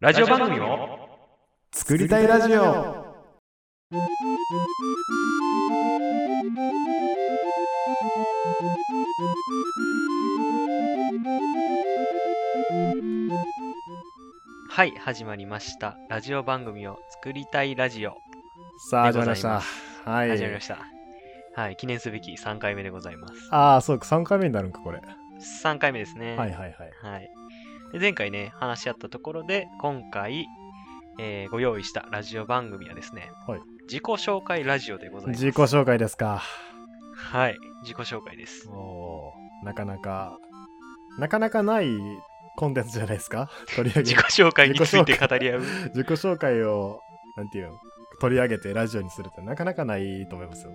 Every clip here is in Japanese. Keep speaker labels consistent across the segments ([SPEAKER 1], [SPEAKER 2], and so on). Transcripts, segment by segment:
[SPEAKER 1] ラジオ番組を
[SPEAKER 2] 作りたいラジオ
[SPEAKER 1] はい、始まりました。ラジオ番組を作りたいラジオ。
[SPEAKER 2] さあ始
[SPEAKER 1] で
[SPEAKER 2] ま
[SPEAKER 1] ご
[SPEAKER 2] り
[SPEAKER 1] ざ
[SPEAKER 2] ま
[SPEAKER 1] いま
[SPEAKER 2] した
[SPEAKER 1] す
[SPEAKER 2] はい
[SPEAKER 1] 始まりました。はい、記念すべき3回目でございます。
[SPEAKER 2] ああそうか3回目になるんかこれ、
[SPEAKER 1] 3回目ですね。
[SPEAKER 2] はいはいはい
[SPEAKER 1] はい。で前回ね、話し合ったところで、今回、えーご用意したラジオ番組はですね、
[SPEAKER 2] はい
[SPEAKER 1] 自己紹介ラジオでございます。
[SPEAKER 2] 自己紹介ですか
[SPEAKER 1] はい、自己紹介です。
[SPEAKER 2] おーなかなかなかなかないコンテンツじゃないで すか取り上げ
[SPEAKER 1] 自己紹介について
[SPEAKER 2] 自己紹介
[SPEAKER 1] 語り合う。
[SPEAKER 2] 自己紹介をなんていうの取り上げてラジオにするってなかなかないと思いますよ、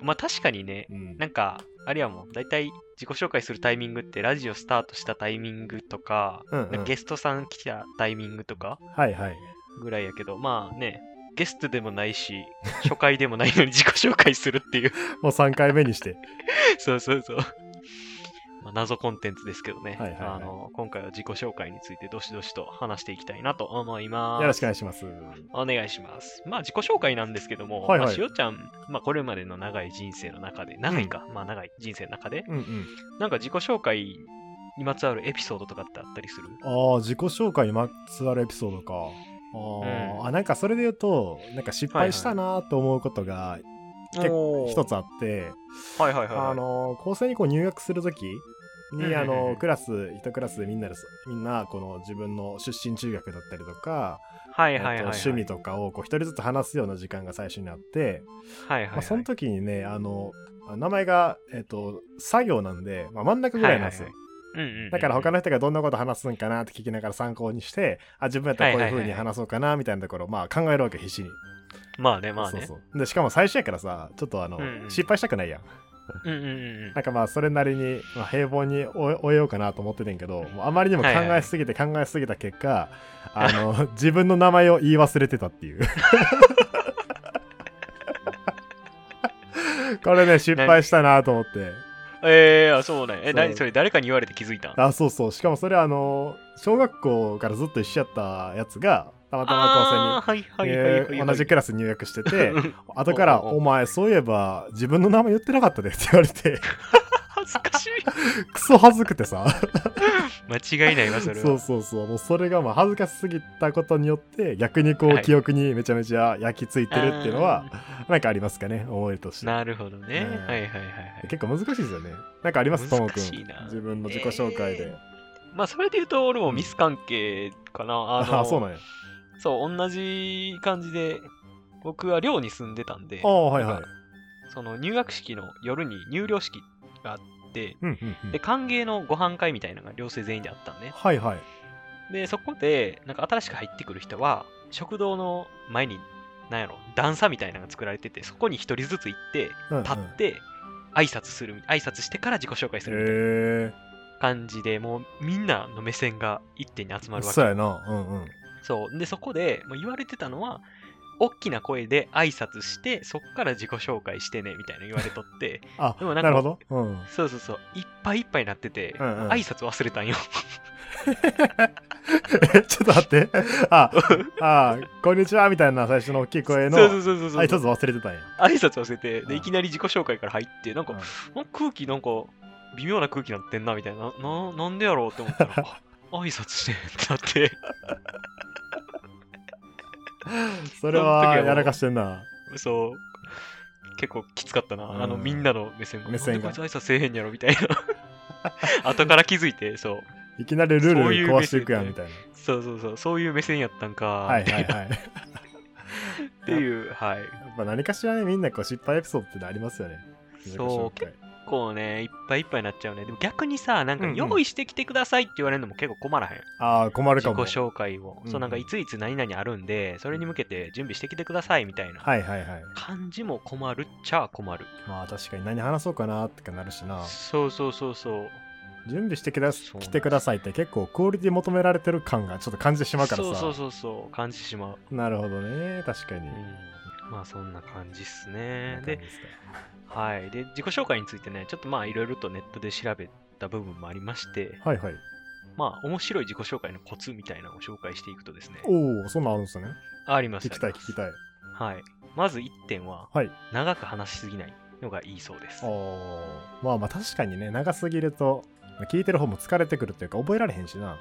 [SPEAKER 1] まあ確かにね、
[SPEAKER 2] うん、
[SPEAKER 1] なんか、あれはもう、大体自己紹介するタイミングって、ラジオスタートしたタイミングとか、
[SPEAKER 2] うんうん
[SPEAKER 1] なんかゲストさん来たタイミングとか
[SPEAKER 2] はいはい
[SPEAKER 1] ぐらいやけど、まあね、ゲストでもないし、初回でもないのに自己紹介するっていう、
[SPEAKER 2] もう3回目にして
[SPEAKER 1] そうそうそう。まあ、謎コンテンツですけどね、
[SPEAKER 2] はいはいはい
[SPEAKER 1] あの今回は自己紹介についてどしどしと話していきたいなと思います。
[SPEAKER 2] よろしくお願いします
[SPEAKER 1] お願いします。まあ自己紹介なんですけども、
[SPEAKER 2] はいはい
[SPEAKER 1] まあ、しおちゃん、まあこれまでの長い人生の中で、長いか、まあ長い人生の中で、
[SPEAKER 2] うんうん
[SPEAKER 1] なんか自己紹介にまつわるエピソードとかってあったりする
[SPEAKER 2] ああ、自己紹介にまつわるエピソードか。あー、
[SPEAKER 1] うん
[SPEAKER 2] あ、なんかそれで言うと、なんか失敗したなと思うことが結構一つあって、
[SPEAKER 1] はいはいはいはい。
[SPEAKER 2] あのー、高専にこう入学するとき
[SPEAKER 1] うんうんう
[SPEAKER 2] に、
[SPEAKER 1] ん
[SPEAKER 2] あのー、クラス、一クラスでみんなです、みんな、この自分の出身中学だったりとか、
[SPEAKER 1] はい
[SPEAKER 2] え
[SPEAKER 1] はいはい、
[SPEAKER 2] っと
[SPEAKER 1] はい。
[SPEAKER 2] 趣味とかをこう一人ずつ話すような時間が最初にあって、
[SPEAKER 1] はいはいはい。
[SPEAKER 2] まあ、その時にね、あの、名前が、えっと、作業なんで、まあ、真ん中ぐらいなんですよ。
[SPEAKER 1] はいはいはいうんうんうんうん
[SPEAKER 2] だから他の人がどんなこと話すんかなって聞きながら参考にしてあ自分やったらこういう風に話そうかなみたいなところをまあ考えるわけ必死に、
[SPEAKER 1] まあねまあね。
[SPEAKER 2] そうそうでしかも最初やからさちょっとあの、
[SPEAKER 1] うんうん
[SPEAKER 2] 失敗したくないやん
[SPEAKER 1] うんうんうんうん
[SPEAKER 2] なんかまあそれなりに、まあ、平凡に終え終えようかなと思っててんけどもうあまりにも考えすぎて考えすぎた結果、あの 自分の名前を言い忘れてたっていう これね失敗したなと思って
[SPEAKER 1] えー、あ、そうね。え、
[SPEAKER 2] そう
[SPEAKER 1] 何それ誰かに言われて気づいたん
[SPEAKER 2] あそうそうしかもそれあの小学校からずっと一緒やったやつがたまたま
[SPEAKER 1] あーはい
[SPEAKER 2] 高
[SPEAKER 1] はいは
[SPEAKER 2] 専に
[SPEAKER 1] い
[SPEAKER 2] え
[SPEAKER 1] はいはい。
[SPEAKER 2] ー同じクラスに入学し てて後か
[SPEAKER 1] お
[SPEAKER 2] ら
[SPEAKER 1] う
[SPEAKER 2] 「
[SPEAKER 1] おうおう
[SPEAKER 2] お前そういえば自分の名前言ってなかったで」って言わ れて
[SPEAKER 1] 恥ずかしい。
[SPEAKER 2] クソ恥ずくてさ
[SPEAKER 1] 間違いないわ、それは。
[SPEAKER 2] そうそうそうもうそれがまあ恥ずかしすぎたことによって逆にこう、
[SPEAKER 1] はい
[SPEAKER 2] 記憶にめちゃめちゃ焼き付いてるっていうのはなんかありますかね思いとして
[SPEAKER 1] なるほどね。
[SPEAKER 2] うん
[SPEAKER 1] はいはいはいはい。
[SPEAKER 2] 結構難しいですよねなんかありますとも
[SPEAKER 1] 難
[SPEAKER 2] くん
[SPEAKER 1] しいな
[SPEAKER 2] 自分の自己紹介で、
[SPEAKER 1] えまあ、それで言うと、俺もミス関係かな。あの
[SPEAKER 2] ああそうなんや
[SPEAKER 1] そう、同じ感じで、僕は寮に住んでたんで
[SPEAKER 2] あ、あはいはい
[SPEAKER 1] その入学式の夜に入寮式があって、
[SPEAKER 2] うんうんうん
[SPEAKER 1] で、歓迎のご飯会みたいなのが寮生全員であったんね。
[SPEAKER 2] はいはい
[SPEAKER 1] で、そこで、なんか新しく入ってくる人は、食堂の前に、なんやろ、段差みたいなのが作られてて、そこに一人ずつ行って、
[SPEAKER 2] うんうん
[SPEAKER 1] 立って、挨拶する、挨拶してから自己紹介するみたい
[SPEAKER 2] へえ
[SPEAKER 1] な感じで、もうみんなの目線が一点に集まるわけ。
[SPEAKER 2] そうやなうんうん
[SPEAKER 1] そう。で、そこで、もう言われてたのは、大きな声で挨拶して、そっから自己紹介してね、みたいな言われと って、
[SPEAKER 2] あ
[SPEAKER 1] でもな
[SPEAKER 2] なん
[SPEAKER 1] か
[SPEAKER 2] るほどうん
[SPEAKER 1] そうそうそう、いっぱいいっぱいになってて、
[SPEAKER 2] うんうん
[SPEAKER 1] 挨拶忘れたんよ。
[SPEAKER 2] えちょっと待 ってああこんにちはみたいな最初の大きい声の
[SPEAKER 1] そうそうそうそうそう。
[SPEAKER 2] あ一つ忘れてたんや
[SPEAKER 1] 挨拶忘れて、
[SPEAKER 2] う
[SPEAKER 1] で、
[SPEAKER 2] ん
[SPEAKER 1] いきなり自己紹介から入って、なんか、
[SPEAKER 2] うん
[SPEAKER 1] なんか空気なんか、微妙な空気なってんな、みたいな。な、なんでやろうって思 ったら、あ挨拶してってなって、
[SPEAKER 2] それはやらかしてんな
[SPEAKER 1] そう。結構きつかったな。あの、
[SPEAKER 2] うん
[SPEAKER 1] みんなの目線が。
[SPEAKER 2] 目線が
[SPEAKER 1] なんでこいつ挨拶せえへんやろ、みたい な。後から気づいて、そう。
[SPEAKER 2] いきなりルール
[SPEAKER 1] そういう
[SPEAKER 2] 壊していくやん
[SPEAKER 1] 目
[SPEAKER 2] み
[SPEAKER 1] 線
[SPEAKER 2] たいな
[SPEAKER 1] そうそうそう、そういう目線やったんか、
[SPEAKER 2] はいはい
[SPEAKER 1] みたい
[SPEAKER 2] はいや
[SPEAKER 1] なっていう、はい。
[SPEAKER 2] っぱ何かしらねみんなこう失敗エピソードってのありますよね
[SPEAKER 1] そう
[SPEAKER 2] 自己紹介
[SPEAKER 1] 結構ね、いっぱいいっぱいになっちゃうね。でも逆にさ、なんか
[SPEAKER 2] うんうん
[SPEAKER 1] 用意してきてくださいって言われるのも結構困らへん。
[SPEAKER 2] ああ困る
[SPEAKER 1] 自
[SPEAKER 2] か
[SPEAKER 1] 己紹
[SPEAKER 2] も
[SPEAKER 1] 介を。
[SPEAKER 2] うんうん
[SPEAKER 1] そう、なんかいついつ何々あるんで、それに向けて準備してきてくださいみたいな
[SPEAKER 2] はいはいはい
[SPEAKER 1] 感じも困るっちゃ困る。
[SPEAKER 2] まあ確かに何話そうかなってかなるしな
[SPEAKER 1] そうそうそうそう。
[SPEAKER 2] 準備してきだ
[SPEAKER 1] そう
[SPEAKER 2] 来てくださいって結構クオリティ求められてる感がちょっと感じてしまうから
[SPEAKER 1] そうそう
[SPEAKER 2] さ
[SPEAKER 1] そうそう、感じてしまう。
[SPEAKER 2] なるほどね確かに
[SPEAKER 1] うん。まあそんな感じっすね
[SPEAKER 2] な。んかいい
[SPEAKER 1] で、
[SPEAKER 2] ですか
[SPEAKER 1] はい。で、自己紹介についてね、ちょっとまあいろいろとネットで調べた部分もありまして、
[SPEAKER 2] はいはい。
[SPEAKER 1] まあ、面白い自己紹介のコツみたいなのを紹介していくとですね、
[SPEAKER 2] おお、そんなんあるんですね。
[SPEAKER 1] あります
[SPEAKER 2] 聞きたい
[SPEAKER 1] ありま
[SPEAKER 2] 聞
[SPEAKER 1] す
[SPEAKER 2] きたい。
[SPEAKER 1] はい。まず1点は、
[SPEAKER 2] はい
[SPEAKER 1] 長く話しすぎないのがいいそうです。
[SPEAKER 2] おーまあまあ確かにね、長すぎると、聞いてる方も疲れてくるっていうか、覚えられへんしな。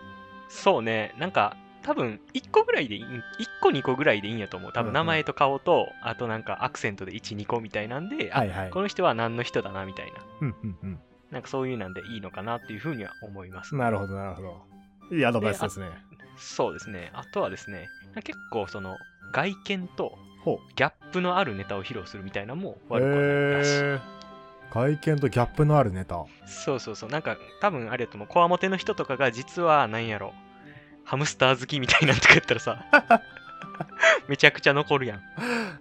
[SPEAKER 1] そうね、なんか、多分1個ぐらいでいい、1個2個ぐらいでいいんやと思う。多
[SPEAKER 2] うん
[SPEAKER 1] 分
[SPEAKER 2] うん
[SPEAKER 1] 名前と顔と、あとなんかアクセントで1、2個みたいなんで、あ
[SPEAKER 2] はいはい。
[SPEAKER 1] この人は何の人だなみたいな、
[SPEAKER 2] うんうん
[SPEAKER 1] なんかそういうなんでいいのかなっていうふうには思います
[SPEAKER 2] うん。。なるほど、なるほど。いいアドバイスですね。
[SPEAKER 1] そうですね。あとはですね、結構その外見と
[SPEAKER 2] ほう。
[SPEAKER 1] ギャップのあるネタを披露するみたいなのも
[SPEAKER 2] え
[SPEAKER 1] 悪くはないらしい。
[SPEAKER 2] ー、外見とギャップのあるネタ。
[SPEAKER 1] そうそうそう。なんか多分あれやと思う。こわもての人とかが実は何やろ。ハムスター好きみたいなんとか言ったら さ。めちゃくちゃ残るやん。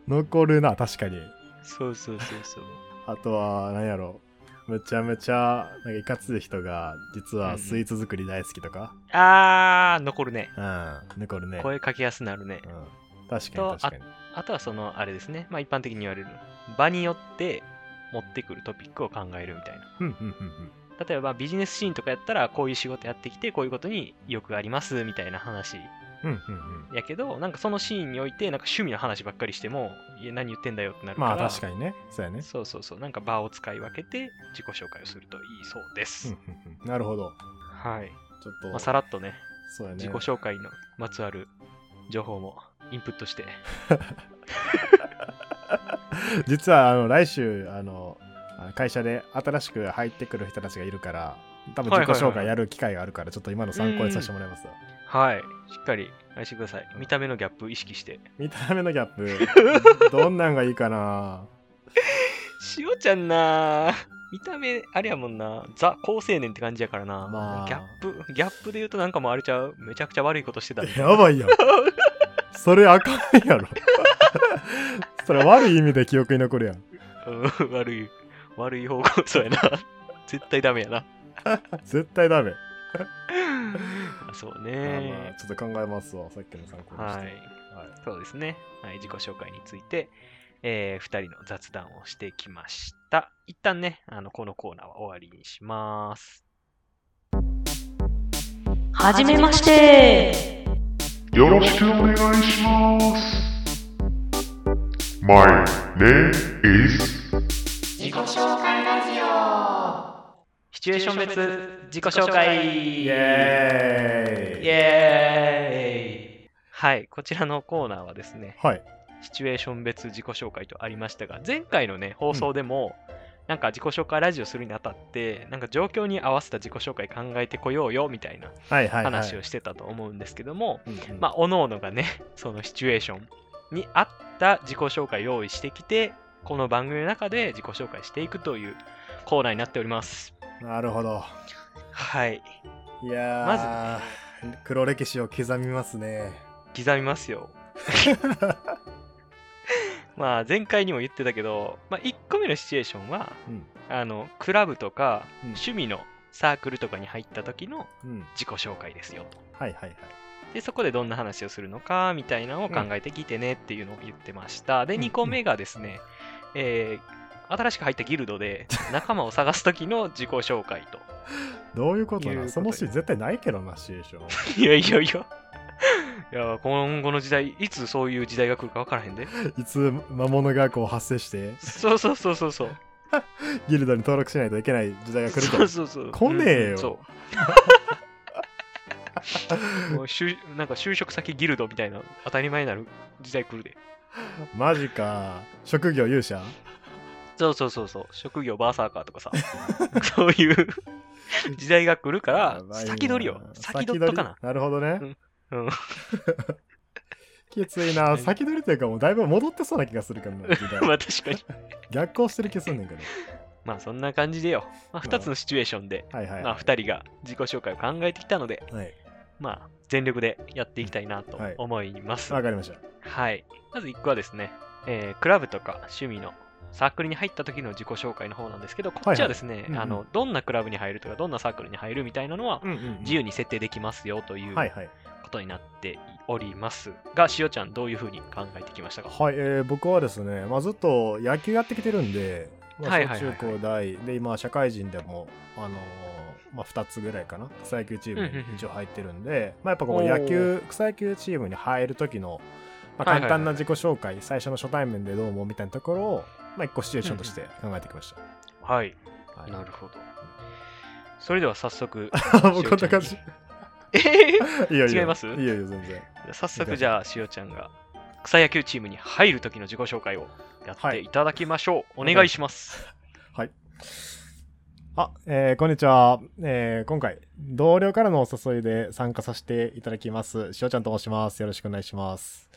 [SPEAKER 2] 残るな、確かに。
[SPEAKER 1] そうそうそうそう。
[SPEAKER 2] あとは、何やろ。めちゃめちゃ、なんかいかつい人が、実はスイーツ作り大好きとか。
[SPEAKER 1] あー、残るね。
[SPEAKER 2] うん、残るね。
[SPEAKER 1] 声かけやすなるね。
[SPEAKER 2] うん、確か
[SPEAKER 1] と
[SPEAKER 2] に確かに。
[SPEAKER 1] あとはその、あれですね。まあ一般的に言われる。場によって持ってくるトピックを考えるみたいな。
[SPEAKER 2] うんうんうん
[SPEAKER 1] 例えばビジネスシーンとかやったら、こういう仕事やってきて、こういうことによくありますみたいな話
[SPEAKER 2] うん。うんうんうん。
[SPEAKER 1] やけど、なんかそのシーンにおいて、なんか趣味の話ばっかりしても、いや、何言ってんだよってなるから。
[SPEAKER 2] まあ確かにね。そうやね。
[SPEAKER 1] そうそうそう、なんか場を使い分けて自己紹介をするといいそうで
[SPEAKER 2] う
[SPEAKER 1] す。
[SPEAKER 2] んうんうんなるほど。
[SPEAKER 1] はい。
[SPEAKER 2] ちょっと、
[SPEAKER 1] まあ、さらっとね、
[SPEAKER 2] そうやね。
[SPEAKER 1] 自己紹介のまつわる情報もインプットして。
[SPEAKER 2] 実はあの来週あのあ会社で新しく入ってくる人たちがいるから多分
[SPEAKER 1] はい
[SPEAKER 2] 自
[SPEAKER 1] はいはい
[SPEAKER 2] 己紹介やる機会があるからちょっと今の参考にさせてもらいますよ
[SPEAKER 1] はい。しっかり愛してください。見た目のギャップ意識して。
[SPEAKER 2] 見た目のギャッ プどんなんがいいかな
[SPEAKER 1] しおちゃんな 見た目、あれやもんな、ザ・高青年って感じやからな、
[SPEAKER 2] まあ
[SPEAKER 1] ギャップ、ギャップで言うとなんかもうあれちゃう、めちゃくちゃ悪いことしてたみたい
[SPEAKER 2] やばいよそれあかんやろそれ悪い意味で記憶に残るやん
[SPEAKER 1] うん 悪い、悪い方向、そうやな。 絶対ダメや な。
[SPEAKER 2] 絶対ダメ、
[SPEAKER 1] そう
[SPEAKER 2] まあまあ
[SPEAKER 1] ね。
[SPEAKER 2] ちょっと考えますわさっきの参考にし
[SPEAKER 1] は
[SPEAKER 2] て
[SPEAKER 1] い。そうですね。はい、自己紹介について、え2人の雑談をしてきました。一旦ね、あのこのコーナーは終わりにします。
[SPEAKER 3] はじめまして。
[SPEAKER 4] よろしくお願いします。My name is
[SPEAKER 1] シチュエーション別自己紹介エ
[SPEAKER 2] イエーイ
[SPEAKER 1] イエーイはい、こちらのコーナーはですね、
[SPEAKER 2] はい
[SPEAKER 1] シチュエーション別自己紹介とありましたが、前回のね、放送でも、なんか自己紹介ラジオするにあたって、なんか状況に合わせた自己紹介考えてこようよみたいな
[SPEAKER 2] はいはいはい
[SPEAKER 1] 話をしてたと思うんですけども、
[SPEAKER 2] うんうん
[SPEAKER 1] まあ、おののがね、 そのシチュエーションに合った自己紹介用意してきて、この番組の中で自己紹介していくというコーナーになっております。
[SPEAKER 2] なるほど
[SPEAKER 1] はい。
[SPEAKER 2] いやー、黒歴史を刻みますね。
[SPEAKER 1] 刻みます よ。まあ、前回にも言ってたけど、まあ、1個目のシチュエーションは、
[SPEAKER 2] うん
[SPEAKER 1] あの、クラブとか、
[SPEAKER 2] うん
[SPEAKER 1] 趣味のサークルとかに入った時の
[SPEAKER 2] うん。
[SPEAKER 1] 自己紹介ですよと。
[SPEAKER 2] はいはいはい。
[SPEAKER 1] で、そこでどんな話をするのかみたいなのを考えてきてねっていうのを言ってました。で、
[SPEAKER 2] うん
[SPEAKER 1] 2個目がですね、えー新しく入ったギルドで仲間を探す時の自己紹介と。
[SPEAKER 2] どういうこと
[SPEAKER 1] いうこと
[SPEAKER 2] な
[SPEAKER 1] で
[SPEAKER 2] そのシーン絶対ないけどな、シーション。
[SPEAKER 1] いやいやいや。いや、今後の時代、いつそういう時代が来るか分からへんで。
[SPEAKER 2] いつ魔物がこう発生して、
[SPEAKER 1] そうそうそうそうそう。
[SPEAKER 2] ギルドに登録しないといけない時代が来るか
[SPEAKER 1] そ
[SPEAKER 2] ら
[SPEAKER 1] う。そうそう。
[SPEAKER 2] 来ねえよ
[SPEAKER 1] うんうん そう。もう就なんか就職先ギルドみたいな当たり前になる時代来るで。
[SPEAKER 2] マジか。職業勇者
[SPEAKER 1] そうそうそうそう、職業バーサーカーとか さ、そういう時代が来るから
[SPEAKER 2] や、ばいな
[SPEAKER 1] 先取りよ。先取っとかな
[SPEAKER 2] 先。取りなるほどね。
[SPEAKER 1] うんうん
[SPEAKER 2] きついな。先取りというか、もうだいぶ戻ってそうな気がするからな、時
[SPEAKER 1] ま
[SPEAKER 2] 代
[SPEAKER 1] あ確かに。
[SPEAKER 2] 逆行してる気すんねんけど。
[SPEAKER 1] まあそんな感じでよ。まあ、
[SPEAKER 2] うん
[SPEAKER 1] 2つのシチュエーションで、
[SPEAKER 2] はいはい、はい。
[SPEAKER 1] まあ、2人が自己紹介を考えてきたので、
[SPEAKER 2] はい。
[SPEAKER 1] まあ全力でやっていきたいなと
[SPEAKER 2] はい
[SPEAKER 1] 思います。は
[SPEAKER 2] わ
[SPEAKER 1] い。
[SPEAKER 2] かりました。
[SPEAKER 1] まず1個はですね、えークラブとか趣味のサークルに入った時の自己紹介の方なんですけど、こっちはですね、
[SPEAKER 2] うんうん
[SPEAKER 1] あのどんなクラブに入るとか、どんなサークルに入るみたいなのは、
[SPEAKER 2] うんうんうん
[SPEAKER 1] 自由に設定できますよという
[SPEAKER 2] はいはい。
[SPEAKER 1] ことになっておりますが、しおちゃん、どういうふうに考えてきましたか
[SPEAKER 2] はい、えー僕はですね、まあ、ずっと野球やってきてるんで、まあ、
[SPEAKER 1] はいは
[SPEAKER 2] 小
[SPEAKER 1] いはいは
[SPEAKER 2] 中
[SPEAKER 1] い
[SPEAKER 2] 高大で今社会人でも、あのーまあ、2つぐらいかな草野球チーム
[SPEAKER 1] うんうんうん
[SPEAKER 2] に一応入ってるんで、まあ、やっぱこ
[SPEAKER 1] お
[SPEAKER 2] う
[SPEAKER 1] ー
[SPEAKER 2] 野球草野球チームに入る時の、まあ、
[SPEAKER 1] はいはいはい
[SPEAKER 2] 簡単な自己紹介、最初の初対面でどうもみたいなところを、まあ、一個シチュエーションとして考えてきました、
[SPEAKER 1] はい。
[SPEAKER 2] はい
[SPEAKER 1] なるほど。それでは早 速。
[SPEAKER 2] あもうこんな感じ
[SPEAKER 1] えー
[SPEAKER 2] いいよいいよ
[SPEAKER 1] 違います
[SPEAKER 2] いいよいいよ全然
[SPEAKER 1] 早速じゃあしおちゃんが草野球チームに入る時の自己紹介をやっ
[SPEAKER 2] は
[SPEAKER 1] て
[SPEAKER 2] い
[SPEAKER 1] いただきましょう、お願いします
[SPEAKER 2] あ、えーこんにちは、えー今回同僚からのお誘いで参加させていただきますしおちゃんと申しますよろしくお願いします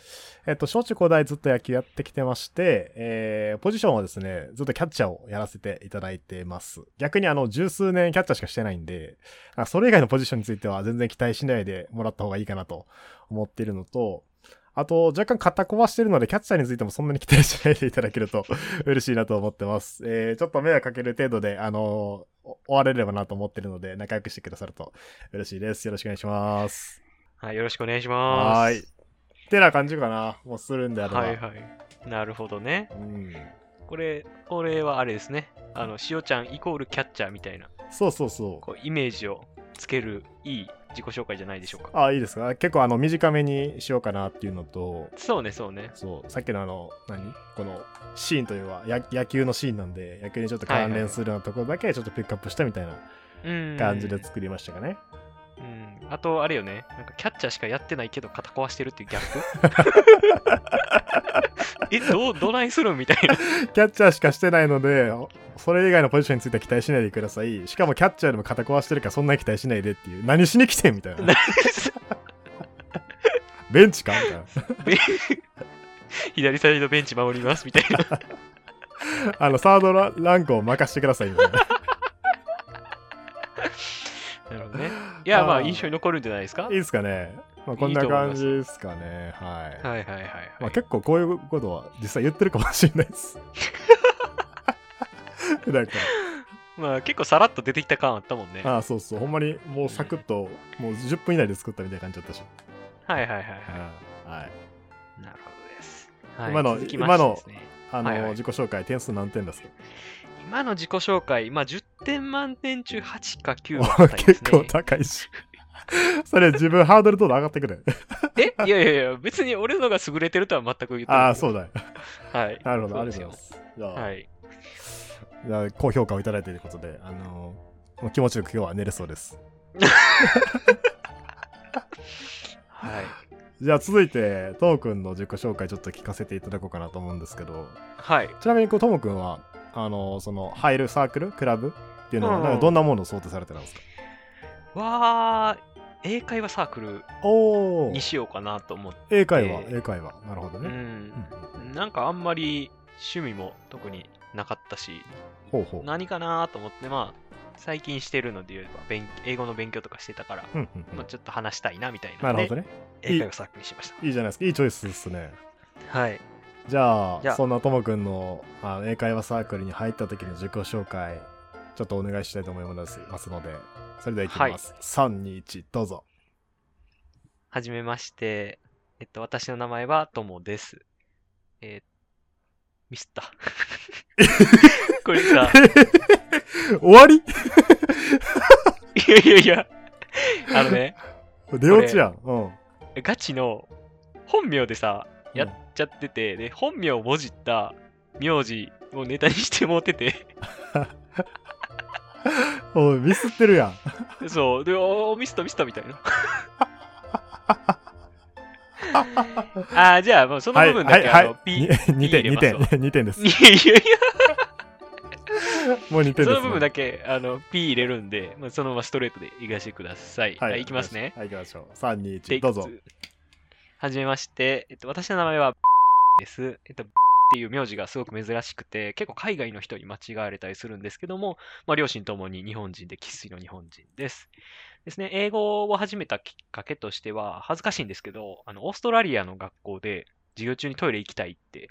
[SPEAKER 2] えっと小中高大ずっと野球やってきてまして、えーポジションはですねずっとキャッチャーをやらせていただいてます逆にあの十数年キャッチャーしかしてないんであそれ以外のポジションについては全然期待しないでもらった方がいいかなと思っているのとあと、若干肩壊してるので、キャッチャーについてもそんなに期待しないでいただけると 嬉しいなと思ってます。えーちょっと迷惑かける程度で、あのーお終われればなと思ってるので、仲良くしてくださると嬉しいです。よろしくお願いします。
[SPEAKER 1] はいよろしくお願いします
[SPEAKER 2] はーい。ってな感じかな。もうするんであれば。
[SPEAKER 1] はいはいなるほどね
[SPEAKER 2] うん、
[SPEAKER 1] これこれはあれですねあのしおちゃんイコールキャッチャーみたいな
[SPEAKER 2] そうそうそう。
[SPEAKER 1] こうイメージをつけるいい自己紹介じゃないでしょうか
[SPEAKER 2] あ、いいですか結構あの、短めにしようかなっていうのと、
[SPEAKER 1] そうねそうね
[SPEAKER 2] そう、さっきのあの、何このシーンというのは、や野球のシーンなんで、野球にちょっと関連するようなところだけちょっとピックアップしたみたいな
[SPEAKER 1] うん
[SPEAKER 2] 感じで作りましたかね。
[SPEAKER 1] うんあとあれよねなんかキャッチャーしかやってないけど肩壊してるっていうギャッ プえどうどないするんみたいな
[SPEAKER 2] キャッチャーしかしてないので、それ以外のポジションについては期待しないでください。しかもキャッチャーでも肩壊してるからそんなに期待しないでっていう、何しに来てんみたい な。ベンチかみたいな。
[SPEAKER 1] ベン左サイドベンチ守りますみたいな。
[SPEAKER 2] あの、サードラランクを任してくださいみたいな。
[SPEAKER 1] なるほどね。いや、まあ、
[SPEAKER 2] あー
[SPEAKER 1] 印象に残るんじゃないですか。はい
[SPEAKER 2] い
[SPEAKER 1] い
[SPEAKER 2] ですかね。まあ、こんない
[SPEAKER 1] いと思いま
[SPEAKER 2] 感
[SPEAKER 1] す
[SPEAKER 2] じですかね。はい。
[SPEAKER 1] はいはい
[SPEAKER 2] ま
[SPEAKER 1] は
[SPEAKER 2] あ、
[SPEAKER 1] い。
[SPEAKER 2] 結構こういうことは実際言ってるかもしれないです。 なんか、
[SPEAKER 1] まあ、結構さらっと出てきた感あったもんね。は
[SPEAKER 2] ああ、そうそう、ほんまにもうサクッと、もう10分以内で作ったみたいな感じだったし。
[SPEAKER 1] いはいはいはい。
[SPEAKER 2] はい。
[SPEAKER 1] なるほどです。はい
[SPEAKER 2] 今の
[SPEAKER 1] 続きましてですね
[SPEAKER 2] あの、
[SPEAKER 1] はいはい
[SPEAKER 2] 自己紹介、点数何点ですか
[SPEAKER 1] 今の自己紹介、まあ、10点満点中8か9
[SPEAKER 2] お
[SPEAKER 1] は
[SPEAKER 2] 結構高いし。それ自分ハードルどんどん上がっ てくれ。
[SPEAKER 1] えいやいやいや、別に俺のが優れてるとは全く言ってない。
[SPEAKER 2] ああ、そうだよ。
[SPEAKER 1] はい。
[SPEAKER 2] なるほど、
[SPEAKER 1] そ
[SPEAKER 2] あ
[SPEAKER 1] う
[SPEAKER 2] り
[SPEAKER 1] で
[SPEAKER 2] が
[SPEAKER 1] す
[SPEAKER 2] とう
[SPEAKER 1] よ
[SPEAKER 2] ございます。じゃあ、
[SPEAKER 1] はい。
[SPEAKER 2] じゃあ高評価をいただいていることで、あのもう気持ちよく今日は寝れそうです。
[SPEAKER 1] はい。
[SPEAKER 2] じゃあ続いて、ともくんの自己紹介ちょっと聞かせていただこうかなと思うんですけど、
[SPEAKER 1] はい。
[SPEAKER 2] ちなみにこうともくんは、あのその入るサークル、クラブっていうのは、
[SPEAKER 1] うん
[SPEAKER 2] なんかどんなものを想定されてたんですか、
[SPEAKER 1] わー、英会話サークル
[SPEAKER 2] おお
[SPEAKER 1] にしようかなと思って。
[SPEAKER 2] 英会話、
[SPEAKER 1] えー
[SPEAKER 2] 英会話。なるほど
[SPEAKER 1] う
[SPEAKER 2] ね。
[SPEAKER 1] ん
[SPEAKER 2] う。ん
[SPEAKER 1] なんかあんまり趣味も特になかったし、
[SPEAKER 2] ほうほう。
[SPEAKER 1] 何かなと思って、まあ、最近してるので言えば勉、英語の勉強とかしてたから、
[SPEAKER 2] うんうんうん
[SPEAKER 1] まあ、ちょっと話したいなみたいな
[SPEAKER 2] な
[SPEAKER 1] の
[SPEAKER 2] る
[SPEAKER 1] で
[SPEAKER 2] ほどね。
[SPEAKER 1] 英会話サークルにしまし
[SPEAKER 2] いいじゃないですか。いいチョイスですね。
[SPEAKER 1] た。はい。
[SPEAKER 2] じゃあ
[SPEAKER 1] じゃあ
[SPEAKER 2] そんなともくんのあの英会話サークルに入った時の自己紹介ちょっとお願いしたいと思いますますのでそれではいきます、321どうぞ
[SPEAKER 1] はじめまして、えっと、私の名前はともです。えーミスっ た。これさ、
[SPEAKER 2] 終わり
[SPEAKER 1] いやいやいや、あのね、
[SPEAKER 2] 出落ちやんうん
[SPEAKER 1] ガチの本名でさ、やっちゃってて、で、本名をもじった名字をネタにしてもうて て、
[SPEAKER 2] おいミスってるやん
[SPEAKER 1] そう、で、おーミスったミスったみたいな。 あーじゃあ、もうその部分だけ、あの、ピ
[SPEAKER 2] 2点
[SPEAKER 1] 入
[SPEAKER 2] 2
[SPEAKER 1] れ
[SPEAKER 2] 点
[SPEAKER 1] ます
[SPEAKER 2] 2点です
[SPEAKER 1] いやいやい
[SPEAKER 2] もう2点で
[SPEAKER 1] や、
[SPEAKER 2] す、
[SPEAKER 1] その部分だけ、あの、P 入れるんで、まあ、そのままストレートでいかしてください。はい、いきますね。
[SPEAKER 2] はい行きましょう321
[SPEAKER 1] Take
[SPEAKER 2] どうぞ
[SPEAKER 1] two はじめまして、えっと、私の名前は です。えっと、 っていう名字がすごく珍しくて、結構海外の人に間違われたりするんですけども、まあ、両親ともに日本人で、生粋の日本人です。ですね、英語を始めたきっかけとしては、恥ずかしいんですけど、あの、オーストラリアの学校で、授業中にトイレ行きたいって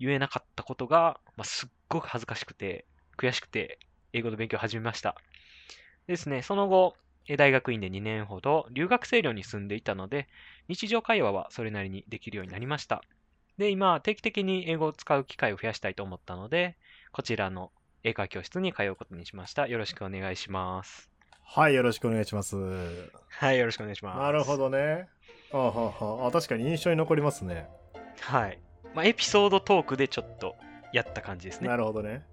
[SPEAKER 1] 言えなかったことが、まあ、すっごく恥ずかしくて、悔しくて、英語の勉強を始めました。ですね、その後、え大学院で2年ほど留学生寮に住んでいたので、日常会話はそれなりにできるようになりました。で、今、定期的に英語を使う機会を増やしたいと思ったので、こちらの英会話教室に通うことにしました。よろしくお願いします。
[SPEAKER 2] はい、よろしくお願いします。
[SPEAKER 1] はい、よろしくお願いします。
[SPEAKER 2] なるほ。どね。あははあ、確かに印象に残りますね。
[SPEAKER 1] はい。まあ、エピソードトークでちょっとやった感じですね
[SPEAKER 2] な。るほどね。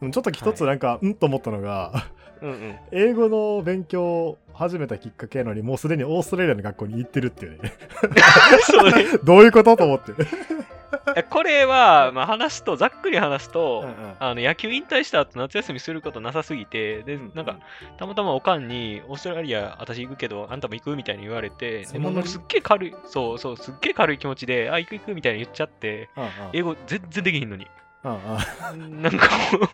[SPEAKER 2] でもちょっと一つなんか、うんと思ったのが、
[SPEAKER 1] うん うん。
[SPEAKER 2] 英語の勉強を始めたきっかけなのに、もうすでにオーストラリアの学校に行ってるっていうね。
[SPEAKER 1] そうね。
[SPEAKER 2] どういうことと思って。
[SPEAKER 1] これは、まあ、話すと、ざっくり話すと、
[SPEAKER 2] ん
[SPEAKER 1] あの野球引退した後夏休みすることなさすぎて、で、なんか、、たまたまおかんに、オーストラリア、私行くけど、あんたも行くみたいに言われて、
[SPEAKER 2] そ
[SPEAKER 1] で
[SPEAKER 2] んな
[SPEAKER 1] もう
[SPEAKER 2] ノリ
[SPEAKER 1] もうすっげえ軽い、そうそう、すっげえ軽い気持ちで、あ、行く行くみたいに言っちゃって、
[SPEAKER 2] うんうん
[SPEAKER 1] 英語全然できひんのに。
[SPEAKER 2] うんうん
[SPEAKER 1] なんかも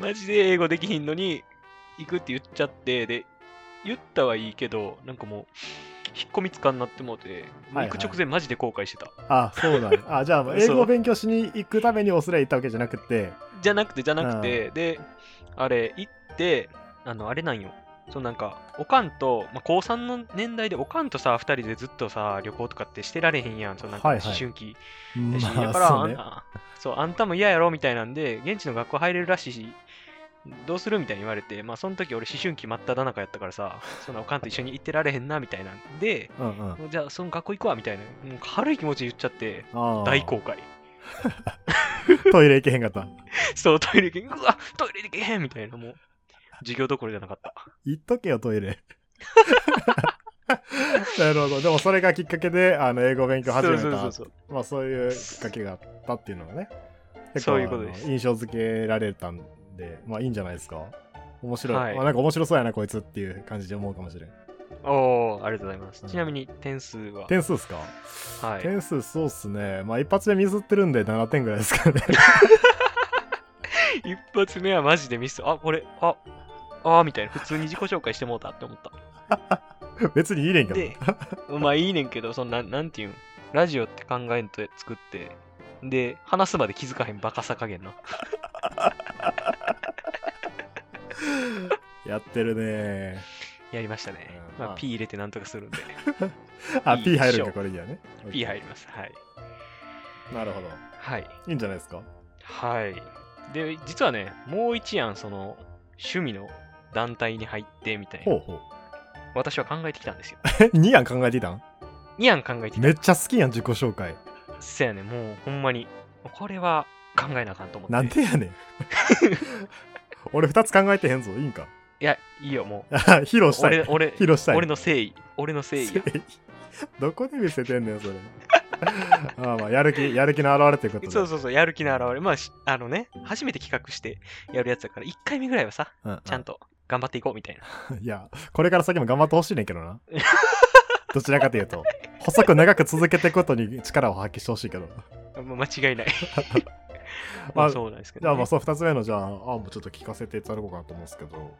[SPEAKER 1] う マジで英語できひんのに、行くって言っちゃって、で、言ったはいいけど、なんかもう、引っ込みつかんなってもうて、もう行く直前マジで後悔してた。
[SPEAKER 2] あ、そうだね。あ、じゃあもう、英
[SPEAKER 1] そう
[SPEAKER 2] 語を勉強しに行くためにオーストラリア行ったわけじゃなくて、
[SPEAKER 1] じゃなくて、じゃなくて、で、あれ、行って、あの、あれなんよ。そうなんか、おかんと、まあ、高3の年代でおかんとさ、2人でずっとさ、旅行とかってしてられへんやん。そうなんか
[SPEAKER 2] はい
[SPEAKER 1] 思
[SPEAKER 2] はい
[SPEAKER 1] 春期だし、
[SPEAKER 2] ま
[SPEAKER 1] だ
[SPEAKER 2] あ、
[SPEAKER 1] から
[SPEAKER 2] そ
[SPEAKER 1] あ
[SPEAKER 2] うんね。
[SPEAKER 1] た、そう、あんたも嫌やろみたいなんで、現地の学校入れるらしいし、どうするみたいに言われて、まあ、その時俺、思春期真っ只中やったからさ、そんなおかんと一緒に行ってられへんな、みたいなんで、
[SPEAKER 2] うんうん
[SPEAKER 1] じゃあ、その学校行くわ、みたいな、もう軽い気持ちで言っちゃって、
[SPEAKER 2] あー
[SPEAKER 1] 大後悔。
[SPEAKER 2] トイレ行けへんかった。
[SPEAKER 1] そう、トイレ行けん、うわ、トイレ行けへんみたいな、もう、授業どころじゃなかった。
[SPEAKER 2] 行っとけよ、トイレ。 なるほど。でもそれがきっかけで、あの、英語勉強始めた。
[SPEAKER 1] そうそうそう
[SPEAKER 2] まあ、そういうきっかけがあったっていうのがね。
[SPEAKER 1] そういうことです
[SPEAKER 2] あの印象付けられたんで、まあ、いいんじゃないですか。面白い。
[SPEAKER 1] はい
[SPEAKER 2] まあ、なんか面白そうやな、こいつっていう感じで思うかもしれん。
[SPEAKER 1] そう。おー、ありがとうございます。
[SPEAKER 2] うん
[SPEAKER 1] ちなみに、点数は、
[SPEAKER 2] 点数っすか
[SPEAKER 1] はい。
[SPEAKER 2] 点数そうっすね。まあ、一発でミスってるんで7点ぐらいですかね。
[SPEAKER 1] 一発目はマジでミス。あ、これ、あ、あーみたいな、普通に自己紹介してもうたって思った。
[SPEAKER 2] 別にいいねんけど。
[SPEAKER 1] で、 まあいいねんけど、そのなんなんていうん、ラジオって考えんと作って、で、話すまで気づかへんバカさ加減な。
[SPEAKER 2] やってるね
[SPEAKER 1] やりましたね。
[SPEAKER 2] うん
[SPEAKER 1] ま
[SPEAKER 2] ま
[SPEAKER 1] あ、
[SPEAKER 2] あ
[SPEAKER 1] P 入れてなんとかする んで、
[SPEAKER 2] あ、
[SPEAKER 1] いい
[SPEAKER 2] P 入る
[SPEAKER 1] でし
[SPEAKER 2] ん
[SPEAKER 1] ょ
[SPEAKER 2] か、
[SPEAKER 1] う
[SPEAKER 2] これにはね。
[SPEAKER 1] P 入ります。はい。
[SPEAKER 2] なるほど。
[SPEAKER 1] はい。
[SPEAKER 2] いいんじゃないですか。
[SPEAKER 1] はい。で、実はね、もう一案、その、趣味の団体に入ってみたい
[SPEAKER 2] ほ
[SPEAKER 1] な
[SPEAKER 2] う、ほう。
[SPEAKER 1] 私は考えてきたんですよ。
[SPEAKER 2] え、2案考えていたん
[SPEAKER 1] 2案考えてき
[SPEAKER 2] めっちゃ好きやん、自己紹介。
[SPEAKER 1] た。せやね、もうほんまに、これは考えなあかんと思って。
[SPEAKER 2] なんでや ねん。俺2つ考えてへんぞ、いいんか。
[SPEAKER 1] いや、いいよ、もう。
[SPEAKER 2] 披露したい。
[SPEAKER 1] 俺、俺、
[SPEAKER 2] 披露したい。
[SPEAKER 1] 俺の誠意。俺の誠意や。
[SPEAKER 2] どこで見せてんねん、それ。 ああまあ、やる気、やる気の表れということで。
[SPEAKER 1] そうそうそう、やる気の表れ。まあ、しあのね、初めて企画してやるやつだから、1回目ぐらいはさ、
[SPEAKER 2] うう
[SPEAKER 1] ちゃんと頑張っていこうみたいな。
[SPEAKER 2] いや、これから先も頑張ってほしいねんけどな。 どちらかというと、細く長く続けていくことに力を発揮してほしいけど。
[SPEAKER 1] まあ間違いない。
[SPEAKER 2] ま
[SPEAKER 1] ま
[SPEAKER 2] あ
[SPEAKER 1] あ、 そうなんですけ
[SPEAKER 2] じゃ
[SPEAKER 1] ど、
[SPEAKER 2] あまあ
[SPEAKER 1] ね。
[SPEAKER 2] そう2つ目のじゃあ案もちょっと聞かせていただこうかなと思うんですけど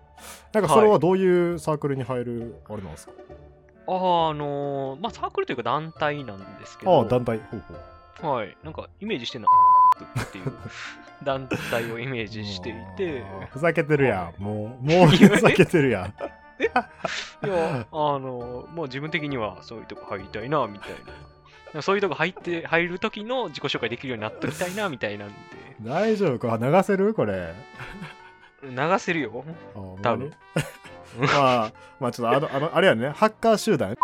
[SPEAKER 2] なんかそれはどういうサークルに入るあれなんですか、
[SPEAKER 1] あー、あのーまあ、サークルというか団体なんですけど、
[SPEAKER 2] ああ団体ほうほう
[SPEAKER 1] はい、なんかイメージしてんのっていう団体をイメージしてい て、
[SPEAKER 2] あーふざけてるや
[SPEAKER 1] は
[SPEAKER 2] んもうもう ふざけてるやん
[SPEAKER 1] いや、あの、もう自分的にはそういうとこ入りたいな、みたいな。そういうとこ入って、入る時の自己紹介できるようになっときたい な、みたいなんで。
[SPEAKER 2] 大丈夫か流せるこれ
[SPEAKER 1] 流せるよ。
[SPEAKER 2] あほんま
[SPEAKER 1] 多
[SPEAKER 2] に
[SPEAKER 1] 分
[SPEAKER 2] まあまあちょっとあのあのあれやねハッカー 集団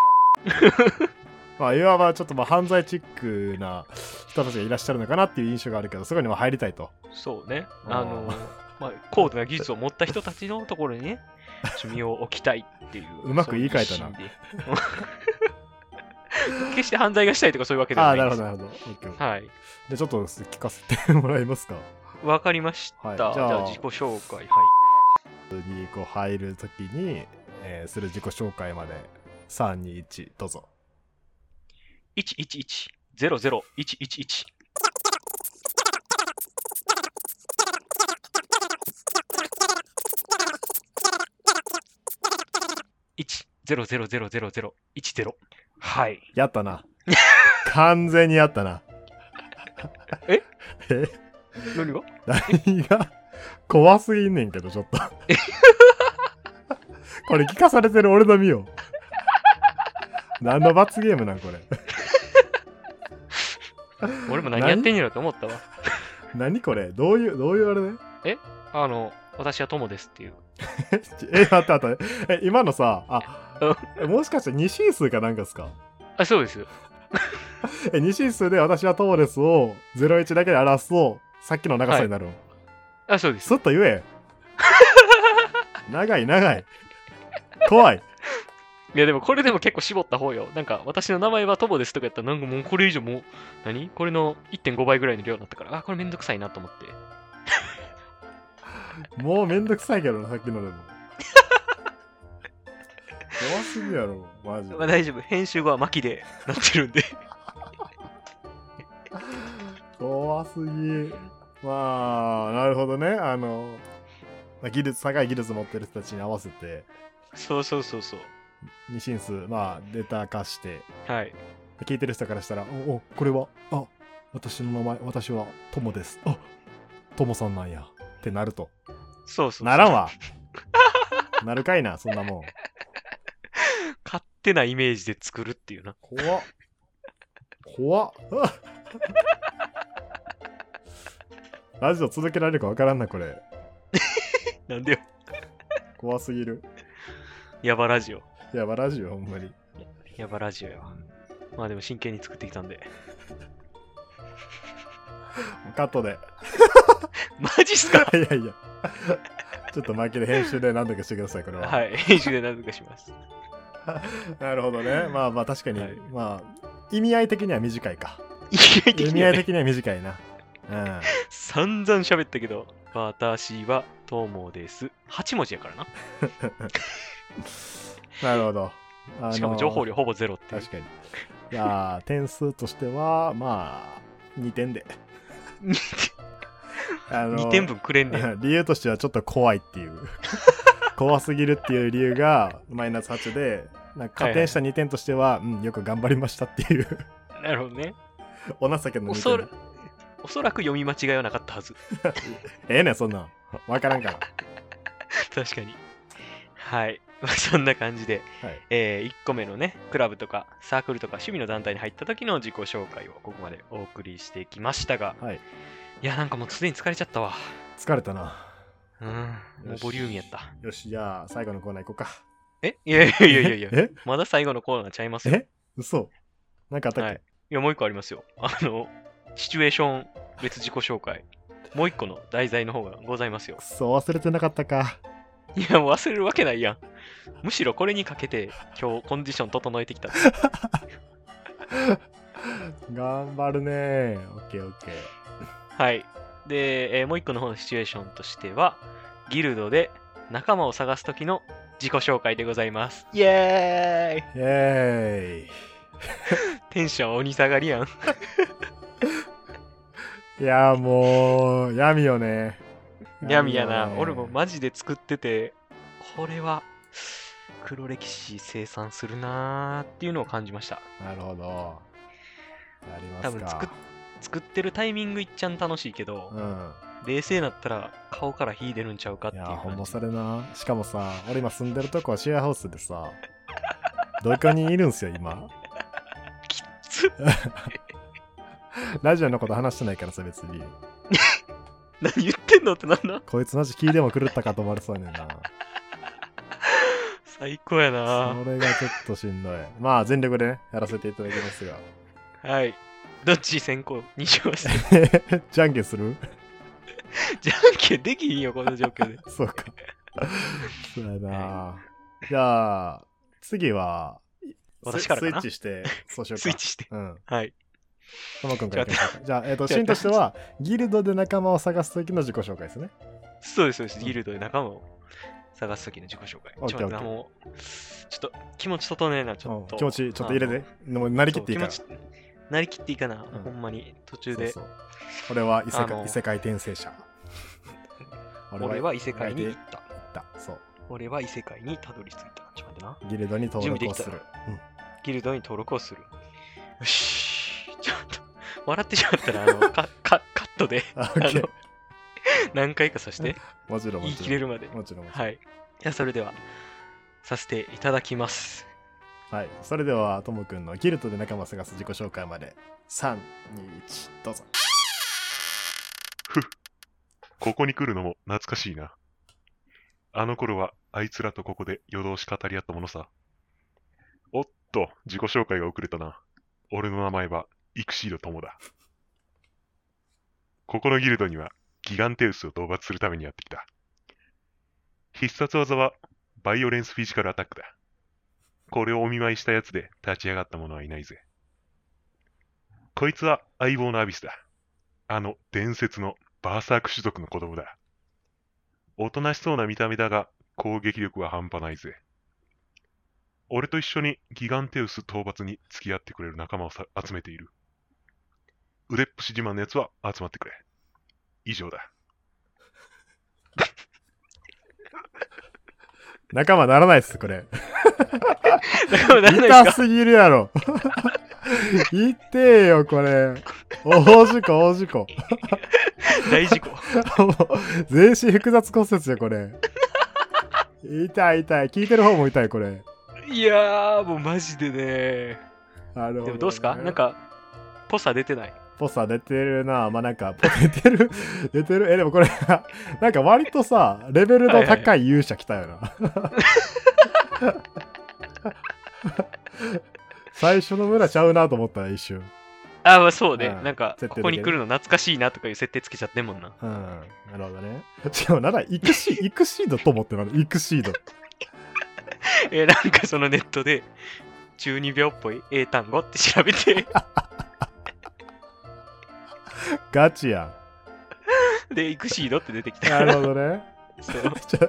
[SPEAKER 2] まあいわばちょっとまあ犯罪チックな人たちがいらっしゃるのかなっていう印象があるけどそこにも入りたいと
[SPEAKER 1] そうね。
[SPEAKER 2] あー
[SPEAKER 1] あの、まあ、高度な技術を持った人たちのところにね、趣味を置きたいっていう。
[SPEAKER 2] うまく言い換えたな
[SPEAKER 1] そういう一心で 決して犯罪がしたいとかそういうわけで
[SPEAKER 2] あ
[SPEAKER 1] は
[SPEAKER 2] あ
[SPEAKER 1] な
[SPEAKER 2] ないる
[SPEAKER 1] です。
[SPEAKER 2] ほどなるほどオッケーオッケー
[SPEAKER 1] はい。
[SPEAKER 2] じゃあちょっと聞かせてもらえますか
[SPEAKER 1] わかりました。
[SPEAKER 2] はい
[SPEAKER 1] じゃあ
[SPEAKER 2] じゃあ
[SPEAKER 1] 自己紹介。はい。
[SPEAKER 2] にこう入るときに、えーする自己紹介まで321どうぞ
[SPEAKER 1] 11100111一ゼロゼロゼロゼロゼロ一ゼロはい
[SPEAKER 2] やった な完全にやったな
[SPEAKER 1] え
[SPEAKER 2] え
[SPEAKER 1] 何が
[SPEAKER 2] 何が怖すぎんねんけどちょっと これ聞かされてる俺の身よ何の罰ゲームなんこれ
[SPEAKER 1] 俺も何やってんやろと思ったわ
[SPEAKER 2] 何これどういうどういうあれね
[SPEAKER 1] あの私は友ですっていう
[SPEAKER 2] え、待って待って。え、今のさ、あ、えもしかして二進数かなんかですか
[SPEAKER 1] あ、そうです。
[SPEAKER 2] え、二進数で私はトーレスを01だけで表すと、さっきの長さになるの。
[SPEAKER 1] あ、そうです。
[SPEAKER 2] すっと言え。長い長い。怖い。
[SPEAKER 1] いや、でもこれでも結構絞った方よ。なんか、私の名前はトボですとかやったら、なんかもうこれ以上もう、何これの1.5倍ぐらいの量になったから、あ、これめんどくさいなと思って。
[SPEAKER 2] もうめんどくさいけどな、さっきの でも。怖すぎやろ、マジで。
[SPEAKER 1] まあ大丈夫。編集後は巻きでなってるんで。
[SPEAKER 2] 怖すぎ。まあ、なるほどね。あの、まあ技術、高い技術持ってる人たちに合わせて、
[SPEAKER 1] そうそうそうそう。
[SPEAKER 2] 二進数、まあ、データ化して、
[SPEAKER 1] はい。
[SPEAKER 2] 聞いてる人からしたら、お、おこれは、あ、私の名前、私は、ともです。あ、ともさんなんや。ってなると。
[SPEAKER 1] そうそうそう
[SPEAKER 2] なら んわ。なるかいな、そんなもん。
[SPEAKER 1] 勝手なイメージで作るっていうな。
[SPEAKER 2] 怖っ。怖っ。 ラジオ続けられるかわからんな、これ。
[SPEAKER 1] なんでよ。
[SPEAKER 2] 怖すぎる。
[SPEAKER 1] ヤバラジオ。
[SPEAKER 2] やばラジオ、ほんまに。
[SPEAKER 1] ヤバラジオよ。まあでも真剣に作ってきたんで。
[SPEAKER 2] カットで。
[SPEAKER 1] マジっす か
[SPEAKER 2] いやいや。ちょっと負けで編集で何とかしてください、これは。
[SPEAKER 1] はい。編集で何とかします。
[SPEAKER 2] なるほどね。まあまあ確かに、
[SPEAKER 1] はい
[SPEAKER 2] まあ、意味合い的には短いか。
[SPEAKER 1] 意外的
[SPEAKER 2] 意
[SPEAKER 1] に
[SPEAKER 2] 味合
[SPEAKER 1] はいね、
[SPEAKER 2] 的には短いな。うん。
[SPEAKER 1] 散々喋ったけど、私はトモです。8文字やからな。
[SPEAKER 2] なるほど。あの
[SPEAKER 1] しかも情報量ほぼゼロっていう
[SPEAKER 2] 確。かに。じゃあ、 点数としては、まあ、2点で。 あの
[SPEAKER 1] 2点分くれんねん。
[SPEAKER 2] 理由としてはちょっと怖いって いう怖すぎるっていう理由がマイナス8でなんか加点した2点としては、うん、よく頑張りましたっていう
[SPEAKER 1] なるほどね。
[SPEAKER 2] お情けの
[SPEAKER 1] お
[SPEAKER 2] 2
[SPEAKER 1] そら
[SPEAKER 2] 点
[SPEAKER 1] おそらく読み間違いはなかったはず。
[SPEAKER 2] ええねんそんなんわからんから
[SPEAKER 1] 確かに。はい。 まあそんな感じで、
[SPEAKER 2] はい
[SPEAKER 1] え1個目のね、クラブとかサークルとか趣味の団体に入った時の自己紹介をここまでお送りしてきましたが、
[SPEAKER 2] はい
[SPEAKER 1] いや、なんかもうすでに疲れちゃったわ。
[SPEAKER 2] 疲れたな
[SPEAKER 1] うん。もうボリューミーやった。
[SPEAKER 2] よしじゃあ最後のコーナー行こうか、
[SPEAKER 1] え いやいやいやいやいや
[SPEAKER 2] え
[SPEAKER 1] まだ最後のコーナーちゃいますよ。
[SPEAKER 2] え嘘なんかあったっけ、
[SPEAKER 1] はい。いや、もう一個ありますよ。あの、シチュエーション別自己紹介。もう一個の題材の方がございますよ
[SPEAKER 2] く。そ忘れてなかったか
[SPEAKER 1] いや、もう忘れるわけないやん。むしろこれにかけて、今日コンディション整えてきた。
[SPEAKER 2] 頑張るねーオッケーオッケ
[SPEAKER 1] はい。で、えーもう一個の方のシチュエーションとしては、ギルドで仲間を探す時の自己紹介でございます。イエーイ
[SPEAKER 2] ーイエ
[SPEAKER 1] テンション鬼下がりやん。
[SPEAKER 2] ーイいやーもう闇よね
[SPEAKER 1] 闇やな
[SPEAKER 2] 闇。よね
[SPEAKER 1] 俺もマジで作ってて、これは黒歴史生産するなーっていうのを感じました。
[SPEAKER 2] なるほど。ありま
[SPEAKER 1] 多
[SPEAKER 2] すか。
[SPEAKER 1] 分作っ作ってるタイミングいっちゃん楽しいけど
[SPEAKER 2] う、ん。
[SPEAKER 1] 冷静になったら顔から火出るんちゃうかっ
[SPEAKER 2] い
[SPEAKER 1] ていう
[SPEAKER 2] や、
[SPEAKER 1] 感じ。
[SPEAKER 2] ほんまそれな。しかもさ、俺今住んでるとこはシェアハウスでさ、同居人いるんすよ、今。
[SPEAKER 1] きっつ
[SPEAKER 2] ラジオのこと話してないからさ、別に。
[SPEAKER 1] 何言ってんのってなんだ
[SPEAKER 2] こいつマジ聞いても狂ったかと思われそうやねんな。
[SPEAKER 1] 最高やな
[SPEAKER 2] それがちょっとしんどい。まあ、全力でね、やらせていただきます が。
[SPEAKER 1] はい。どっち先行にし ました
[SPEAKER 2] じゃんけんする
[SPEAKER 1] じゃんけんできひんよ、この状況で。
[SPEAKER 2] そうか。そうやな。じゃあ、次は、
[SPEAKER 1] 私からか
[SPEAKER 2] スイ
[SPEAKER 1] な
[SPEAKER 2] ッチして、そうしようか。
[SPEAKER 1] スイッチして。
[SPEAKER 2] うん。
[SPEAKER 1] はい。
[SPEAKER 2] ともくんから
[SPEAKER 1] ち
[SPEAKER 2] 行
[SPEAKER 1] ょっと
[SPEAKER 2] きましょうかじゃあ、えっ、と、シーンとしては、ギルドで仲間を探す時の自己紹介ですね。
[SPEAKER 1] そうです、そうです。ギルドで仲間を探すときの自己紹介。
[SPEAKER 2] オッ
[SPEAKER 1] ち
[SPEAKER 2] ケ
[SPEAKER 1] ょ
[SPEAKER 2] ー
[SPEAKER 1] っと待ってな、
[SPEAKER 2] オッケー
[SPEAKER 1] もう、ちょっと気持ち整えな、ち
[SPEAKER 2] う
[SPEAKER 1] ょ
[SPEAKER 2] ん
[SPEAKER 1] っと。
[SPEAKER 2] 気持ち、ちょっと入れ
[SPEAKER 1] あの
[SPEAKER 2] て。もう、なりきっていいから。
[SPEAKER 1] そう気持ちなりきっていいかな、もう
[SPEAKER 2] うん
[SPEAKER 1] ほんまに。途中で
[SPEAKER 2] そうそう俺は異世
[SPEAKER 1] あ
[SPEAKER 2] 界
[SPEAKER 1] の
[SPEAKER 2] 異世界転生者。
[SPEAKER 1] 俺は異世界に行った。
[SPEAKER 2] だ。そう。
[SPEAKER 1] 俺は異世界にたどり着いた。ちょっと待ってな。
[SPEAKER 2] ギルドに登録をす
[SPEAKER 1] 準
[SPEAKER 2] る。
[SPEAKER 1] ギルドに登録をする。よし。ちょっと、笑ってしまったら、あの、かかカットで、
[SPEAKER 2] あ
[SPEAKER 1] あ
[SPEAKER 2] オッケー
[SPEAKER 1] の、何回かさして、
[SPEAKER 2] もちろん、も
[SPEAKER 1] 言い
[SPEAKER 2] ち
[SPEAKER 1] 切
[SPEAKER 2] ろ
[SPEAKER 1] れ
[SPEAKER 2] ん。
[SPEAKER 1] るまで。
[SPEAKER 2] もちろん。もち
[SPEAKER 1] はい。じゃあ、それでは、させていただき ます。
[SPEAKER 2] ろんはい。それでは、ともくんのギルドで仲間を探す自己紹介まで。3、2、1、どうぞ。
[SPEAKER 4] ここに来るのも懐かしいな。あの頃はあいつらとここで夜通し語り合ったものさ。おっと、自己紹介が遅れたな。俺の名前はイクシード友だ。ここのギルドにはギガンテウスを討伐するためにやってきた。必殺技はバイオレンスフィジカルアタックだ。これをお見舞いしたやつで立ち上がった者はいないぜ。こいつは相棒のアビスだ。あの伝説のバーサーク種族の子供だ。おとなしそうな見た目だが、攻撃力は半端ないぜ。俺と一緒にギガンテウス討伐に付き合ってくれる仲間をさ集めている。腕っぷし自慢のやつは集まってくれ。以上だ。
[SPEAKER 2] 仲間ならないっす、これ。
[SPEAKER 1] 仲間ならないです
[SPEAKER 2] 痛
[SPEAKER 1] か
[SPEAKER 2] すぎるやろ。 痛えよ、これ。大事故、大事故。
[SPEAKER 1] 大事故。
[SPEAKER 2] もう全身複雑骨折よ、これ。痛い痛い。聞いてる方も痛い、これ。
[SPEAKER 1] いやー、もうマジでね。
[SPEAKER 2] あの
[SPEAKER 1] でもどうすかなん、か、ぽさ出てない。
[SPEAKER 2] ポスター出てるな。まあ、なんか、ポ出てる、 出てる。え、でもこれ、 なんか割とさ、レベルの高い勇者来たよな。 最初の村ちゃうなと思ったら一瞬。
[SPEAKER 1] あー、まあそうね
[SPEAKER 2] う。ん
[SPEAKER 1] なんか、
[SPEAKER 2] 設定
[SPEAKER 1] こ
[SPEAKER 2] できる
[SPEAKER 1] こに来るの懐かしいなとかいう設定つけちゃってんもんな。
[SPEAKER 2] うん、なるほどね。しかも、なんだ、イクシイクシードと思ってなんだ、イクシード。
[SPEAKER 1] えーなんかそのネットで、12秒っぽい英単語って調べ て、
[SPEAKER 2] ガチや
[SPEAKER 1] で、イクシードって出てき
[SPEAKER 2] ん。な
[SPEAKER 1] た。
[SPEAKER 2] るほどね。
[SPEAKER 1] そう
[SPEAKER 2] ちょしか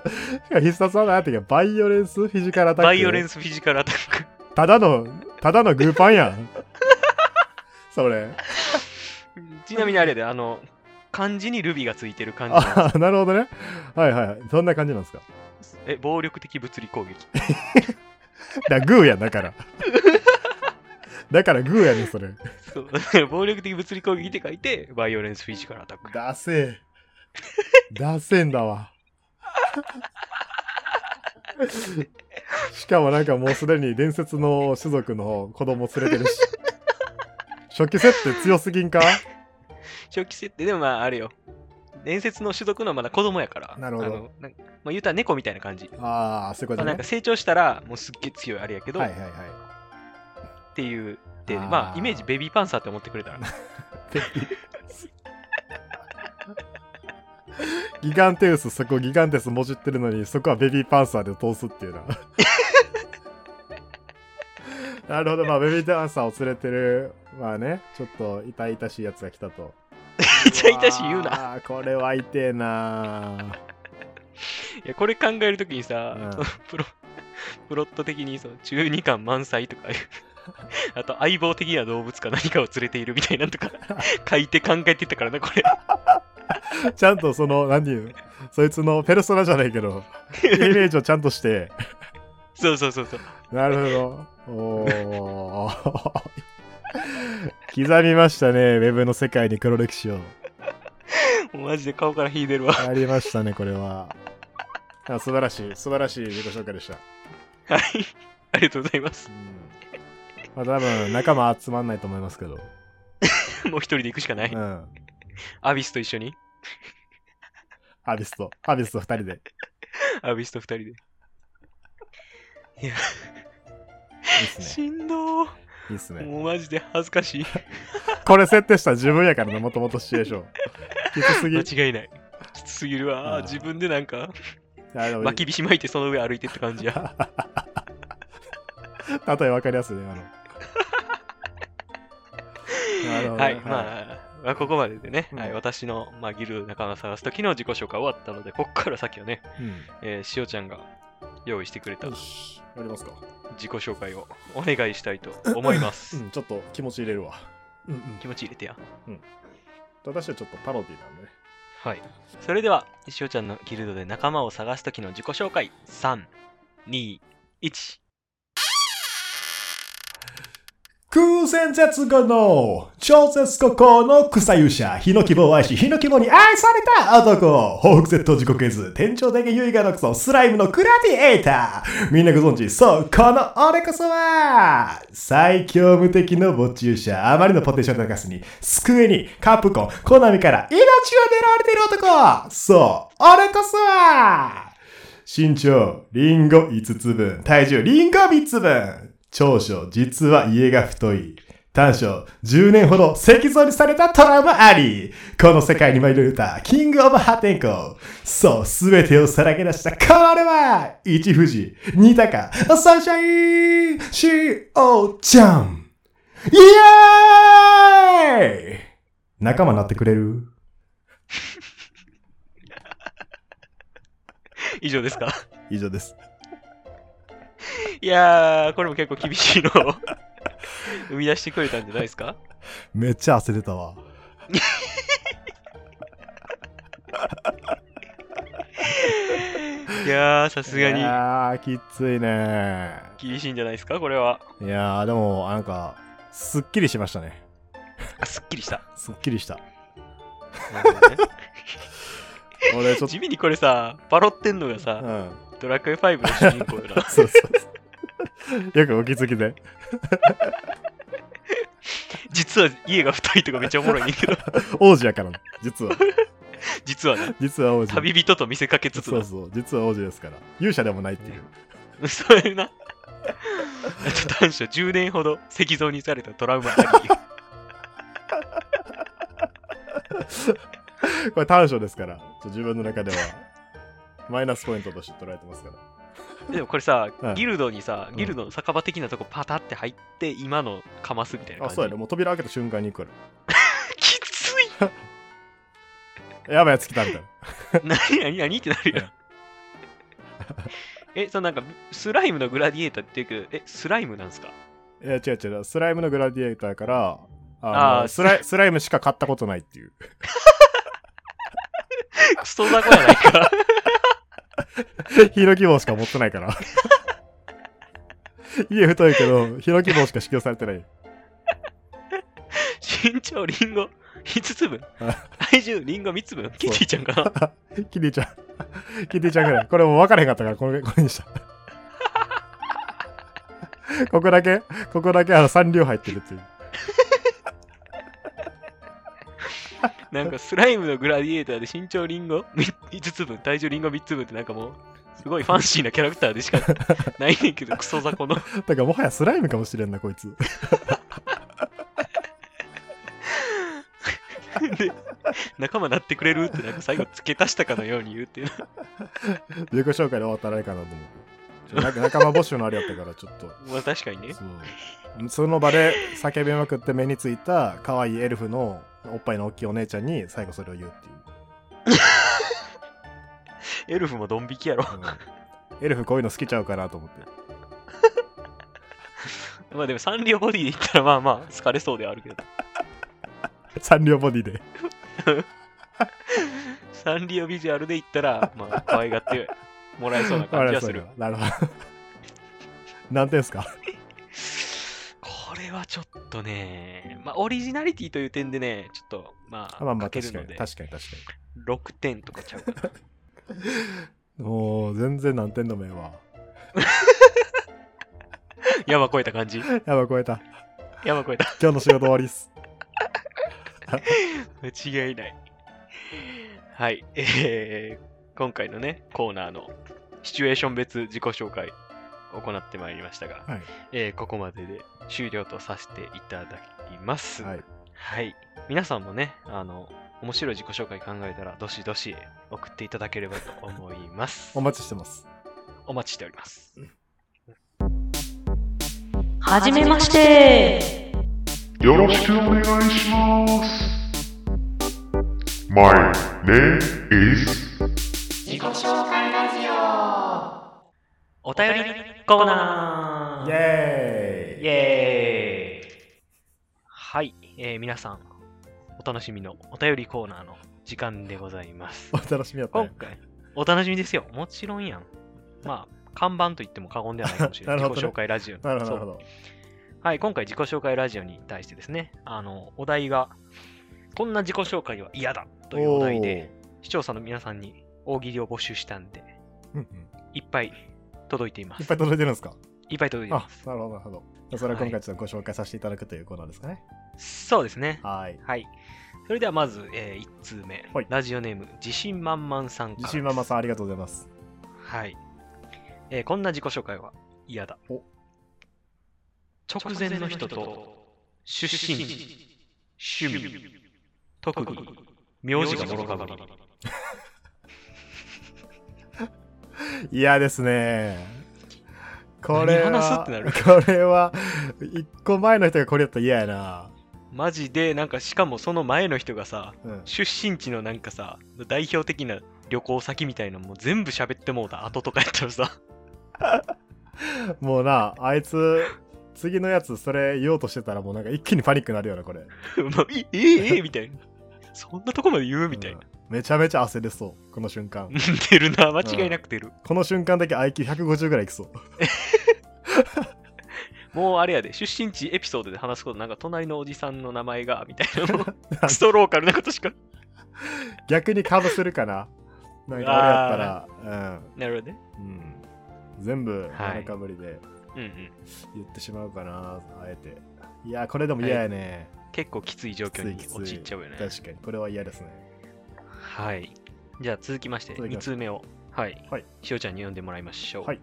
[SPEAKER 2] も必殺技なんていうか、バイオレンスフィジカルアタック。
[SPEAKER 1] バイオレンスフィジカルアタック。
[SPEAKER 2] ただの、ただのグーパンやん。 それ。
[SPEAKER 1] ちなみにあれで、あの、漢字にルビーがついてる感じなんで
[SPEAKER 2] あ、なるほどね。はいはいはい。そんな感じなんですか。
[SPEAKER 1] す。え、暴力的物理攻 撃。
[SPEAKER 2] だグーやん、だから。だからグーやねん、それ。
[SPEAKER 1] そう。 暴力的物理攻撃って書いて、バイオレンスフィジカルアタック。
[SPEAKER 2] ダセえ。ダセえんだわ。しかもなんかもうすでに伝説の種族の子供連れてるし。初期設定強すぎんか
[SPEAKER 1] 初期設定でもまああれよ伝説の種族のまだ子供やから
[SPEAKER 2] なるほど
[SPEAKER 1] あのなんかまあ、言うたら猫みたいな感じ、
[SPEAKER 2] ああ、そういう
[SPEAKER 1] ま
[SPEAKER 2] こ
[SPEAKER 1] あ、
[SPEAKER 2] と
[SPEAKER 1] なん
[SPEAKER 2] ね
[SPEAKER 1] か。成長したらもうすっげえ強いあれやけど、
[SPEAKER 2] はいはいはい。
[SPEAKER 1] っていうで
[SPEAKER 2] あー
[SPEAKER 1] まあイメージベビーパンサーって思ってくれ たら
[SPEAKER 2] ギガンテウスそこギガンテウスもじってるのにそこはベビーパンサーで通すっていうな なるほどまあベビーパンサーを連れてるまあねちょっと痛々しいやつが来たと
[SPEAKER 1] 痛々しい言うな
[SPEAKER 2] あこれは痛えない
[SPEAKER 1] やこれ考えるときにさ、
[SPEAKER 2] うん
[SPEAKER 1] その プロプロット的にその中二感満載とかいう あと相棒的な動物か何かを連れているみたいなんと か書いて考えてたからなこれ
[SPEAKER 2] ちゃんとその何て言うそいつのペルソナじゃないけ どイメージをちゃんとして
[SPEAKER 1] そうそうそうそう
[SPEAKER 2] なるほど。おー 刻みましたね、ウェブの世界に黒歴史を。
[SPEAKER 1] もうマジで顔から引いてるわ
[SPEAKER 2] ありましたね、これは。あ素晴らしい、素晴らしい自己紹介でした。
[SPEAKER 1] はいありがとうござい ます
[SPEAKER 2] まあ、多分、仲間集まんないと思いますけど。
[SPEAKER 1] もう一人で行くしかない、
[SPEAKER 2] うん。
[SPEAKER 1] アビスと一緒に
[SPEAKER 2] アビスと、アビスと二人で。
[SPEAKER 1] アビスと二人で
[SPEAKER 2] いいっ すね。
[SPEAKER 1] しんどー
[SPEAKER 2] いいっすね。
[SPEAKER 1] もうマジで恥ずかしい
[SPEAKER 2] これ設定したら自分やからな、もともとシチュエーション。きつすぎ。
[SPEAKER 1] 間違いないきつすぎるわ
[SPEAKER 2] あー
[SPEAKER 1] 自分でなんか
[SPEAKER 2] あでも
[SPEAKER 1] 巻き菱巻いてその上歩いてって 感じや
[SPEAKER 2] 例え分かりやすいね、今の。なるほどね
[SPEAKER 1] はいまあまあここまででね、
[SPEAKER 2] うん
[SPEAKER 1] はい、私の、まあ、ギルド仲間を探す時の自己紹介終わったので、ここから先はね、
[SPEAKER 2] うん。
[SPEAKER 1] えー、しおちゃんが用意してくれた
[SPEAKER 2] よ
[SPEAKER 1] 自
[SPEAKER 2] し、やりますか。
[SPEAKER 1] 己紹介をお願いしたいと思いま
[SPEAKER 2] う
[SPEAKER 1] す。
[SPEAKER 2] ん、ちょっと気持ち入れるわ。うんうん。
[SPEAKER 1] 気持ち入れてや。
[SPEAKER 2] 私はちょっとパロディなんでね。
[SPEAKER 1] はい。それでは、しおちゃんのギルドで仲間を探す時の自己紹介、3、2、1。
[SPEAKER 2] 空前絶後の超絶孤高の草勇者、ヒノキ棒を愛し、ヒノキ棒に愛された男、報復 Z 時刻絵図、天頂だけ優雅のクソ、スライムのクラビエーター。みんなご存知、そう、この俺こそは、最強無敵のボッチ勇者、あまりのポテンシャルの高さに、机にカプコン、コナミから命を狙われている男、そう、俺こそは、身長、リンゴ5つ分。体重、リンゴ3つ分。長所、実は家が太い。短所、10年ほど石像にされたトラウマあり。この世界に舞い降りた、キングオブ破天荒。そう、すべてをさらけ出した、これは、1富士、2鷹、サンシャイン、シーオーちゃん。イエーイ仲間になってくれる
[SPEAKER 1] 以上ですか
[SPEAKER 2] 以上です。
[SPEAKER 1] いやー、これも結構厳しいのを 生み出してくれたんじゃないですか
[SPEAKER 2] めっちゃ焦れたわ。
[SPEAKER 1] いやー、さすが
[SPEAKER 2] い
[SPEAKER 1] に
[SPEAKER 2] やー、きついね
[SPEAKER 1] 厳しいんじゃないですかこれは。
[SPEAKER 2] いやー、でも、なんか、すっきりしましたね。
[SPEAKER 1] あ、すっきりした。
[SPEAKER 2] すっきりした。
[SPEAKER 1] なるほどね
[SPEAKER 2] 俺、ちょっ と
[SPEAKER 1] 地味にこれさ、パロってんのがさ、
[SPEAKER 2] うん。。
[SPEAKER 1] ドラクエ5の主人公 よな
[SPEAKER 2] そうそうそう。よくお気づきで。
[SPEAKER 1] 実は家が太いとかめっちゃおもろいねんけど、
[SPEAKER 2] 王子やからね、実は。
[SPEAKER 1] 実はね、
[SPEAKER 2] 実は王子。
[SPEAKER 1] 旅人と見せかけつつ
[SPEAKER 2] そ
[SPEAKER 1] な
[SPEAKER 2] うそう。実は王子ですから。勇者でもないっていう。
[SPEAKER 1] そういうな。あと短所10年ほど石像にされたトラウマあり。
[SPEAKER 2] これ短所ですから。ちょっと自分の中では。マイナスポイントとして捉えてますから。
[SPEAKER 1] でもこれさ
[SPEAKER 2] う、ん
[SPEAKER 1] ギルドにさ、
[SPEAKER 2] うん
[SPEAKER 1] ギルドの酒場的なとこパタって入って、今のかますみたいな
[SPEAKER 2] あ、そう
[SPEAKER 1] 感
[SPEAKER 2] や
[SPEAKER 1] じ。
[SPEAKER 2] ね。もう扉開けた瞬間に来る。
[SPEAKER 1] きつい
[SPEAKER 2] やばいやつ来たみたいな。
[SPEAKER 1] 何何何ってなるや ん。え、そのなんか、スライムのグラディエーターっていうけど、え、スライムなんすか
[SPEAKER 2] いや、違う違う。スライムのグラディエーターから、あ
[SPEAKER 1] あ
[SPEAKER 2] の
[SPEAKER 1] ー
[SPEAKER 2] スライスライムしか買ったことないっていう。
[SPEAKER 1] クソ雑魚やないか。
[SPEAKER 2] ヒノキ棒しか持ってないから。家太いけど、ヒノキ棒しか支給されてない。
[SPEAKER 1] 身長リンゴ5つ 分
[SPEAKER 2] あ
[SPEAKER 1] 体重リンゴ3つ分キティちゃんかな
[SPEAKER 2] キティちゃん。キティちゃんぐらい。これもう分からへんかったから、これこれにした。ここだけ、ここだけあの三流入ってるっていう。
[SPEAKER 1] なんかスライムのグラディエーターで身長リンゴ5つ 分体重リンゴ3つ分ってなんかもうすごいファンシーなキャラクターでしかないねんけどクソ雑魚の
[SPEAKER 2] だからもはやスライムかもしれんな、こいつ。
[SPEAKER 1] で仲間なってくれるってなんか最後付け足したかのように言うって いう
[SPEAKER 2] 自己紹介で終わったらあれかなと思う。ちょなんか仲間募集のあれやったから、ちょっと。
[SPEAKER 1] まあ確かにね
[SPEAKER 2] そうその場で叫びまくって目についた可愛いエルフのおっぱいの大きいお姉ちゃんに最後それを言うっていう
[SPEAKER 1] エルフもドン引きやろ
[SPEAKER 2] うん、エルフこういうの好きちゃうかなと思って
[SPEAKER 1] まあでもサンリオボディで言ったらまあまあ好かれそうではあるけど
[SPEAKER 2] サンリオボディで
[SPEAKER 1] サンリオビジュアルで言ったらまあ可愛がってもらえそうな感じはする
[SPEAKER 2] なるほど何点ですか
[SPEAKER 1] これはちょっとね、まあ、オリジナリティという点でね、ちょっと、まあ、
[SPEAKER 2] まあまあ
[SPEAKER 1] かけ
[SPEAKER 2] 確
[SPEAKER 1] る
[SPEAKER 2] か
[SPEAKER 1] ので、
[SPEAKER 2] に確かに確か
[SPEAKER 1] 6点とかちゃうかな。
[SPEAKER 2] にもう全然何点のめえわ
[SPEAKER 1] 山越えた感じ。
[SPEAKER 2] やばい超えた
[SPEAKER 1] 山越えた。
[SPEAKER 2] 今日の仕事終わりっす
[SPEAKER 1] 間違いない。はい。えー、今回のね、コーナーのシチュエーション別自己紹介を行ってまいりましたが、
[SPEAKER 2] はい
[SPEAKER 1] えーここまでで終了とさせていただきます。
[SPEAKER 2] はい
[SPEAKER 1] はい。皆さんもね、あの、面白い自己紹介考えたら、どしどし送っていただければと思います。
[SPEAKER 2] お待ちしてます
[SPEAKER 1] お待ちしております。
[SPEAKER 3] はじめまして。
[SPEAKER 4] よろしくお願いします。My name is
[SPEAKER 1] お便りコーナ
[SPEAKER 2] イ
[SPEAKER 1] ー
[SPEAKER 2] エーイ
[SPEAKER 1] イエーイはい、えー皆さん、お楽しみのお便りコーナーの時間でございます
[SPEAKER 2] お。楽しみやった
[SPEAKER 1] 今
[SPEAKER 2] ね
[SPEAKER 1] 回、お楽しみですよ。もちろんやん。まあ、看板と言っても過言ではないかもしれない。
[SPEAKER 2] なるほどね
[SPEAKER 1] 自己紹介ラジオの
[SPEAKER 2] なるほど
[SPEAKER 1] そ
[SPEAKER 2] な
[SPEAKER 1] う
[SPEAKER 2] るほど
[SPEAKER 1] はい、今回自己紹介ラジオに対してですね、あの、お題が、こんな自己紹介は嫌だというお題で、視聴者の皆さんに大喜利を募集したんで、
[SPEAKER 2] おー、うんうん
[SPEAKER 1] いっぱい届いていま
[SPEAKER 2] いっ
[SPEAKER 1] す。
[SPEAKER 2] ぱい届いてるんですか
[SPEAKER 1] いっぱい届いてい
[SPEAKER 2] あ
[SPEAKER 1] ます。
[SPEAKER 2] なるほどなるほどじゃあそれは今回ちょっとご紹介させていただくというコーナーですかね
[SPEAKER 1] そうですね。
[SPEAKER 2] はい
[SPEAKER 1] はい。それではまず、え1通目、
[SPEAKER 2] はい
[SPEAKER 1] ラジオネーム、自信満々さんから。
[SPEAKER 2] 自信満々さんありがとうございます
[SPEAKER 1] ん。はい、えーこんな自己紹介は嫌だ
[SPEAKER 2] お
[SPEAKER 1] 直前の人と出身趣味特技名字がもろかぶり
[SPEAKER 2] 嫌ですね。これは、
[SPEAKER 1] 何話すってなる
[SPEAKER 2] これは、一個前の人がこれやったら嫌やな。
[SPEAKER 1] マジでなんかしかもその前の人がさ
[SPEAKER 2] うん。
[SPEAKER 1] 出身地のなんかさ代表的な旅行先みたいなのもう全部喋ってもうた後とかやったらさ
[SPEAKER 2] もうな、あいつ、次のやつそれ言おうとしてたらもうなんか一気にパニックになるよな、これ。
[SPEAKER 1] もうええええみたいなそんなとこまで 言うみたいな、
[SPEAKER 2] うんめちゃめちゃ焦れそう、この瞬間。
[SPEAKER 1] 出るな間違いなく出る、
[SPEAKER 2] この瞬間だけ IQ150 ぐらいいきそう。
[SPEAKER 1] もうあれやで、出身地エピソードで話すこと、なんか隣のおじさんの名前が、みたいなもう、 クソローカルなことしか。
[SPEAKER 2] 逆にカブする かな。なんか俺やったら、
[SPEAKER 1] なるほどね。
[SPEAKER 2] うん。うん。全部、
[SPEAKER 1] はい
[SPEAKER 2] 中かぶりで
[SPEAKER 1] うんうん。
[SPEAKER 2] 言ってしまうかな、あえて。いや、これでも嫌やね。
[SPEAKER 1] 結構きつい状況に
[SPEAKER 2] きついきつい
[SPEAKER 1] 陥っちゃうよね。
[SPEAKER 2] 確かに、これは嫌ですね。
[SPEAKER 1] はい。じゃあ続きまして、
[SPEAKER 2] 続き
[SPEAKER 1] 2
[SPEAKER 2] まして
[SPEAKER 1] 通目を、はい。
[SPEAKER 2] はい
[SPEAKER 1] しおちゃんに読んでもらいましょう。
[SPEAKER 2] はい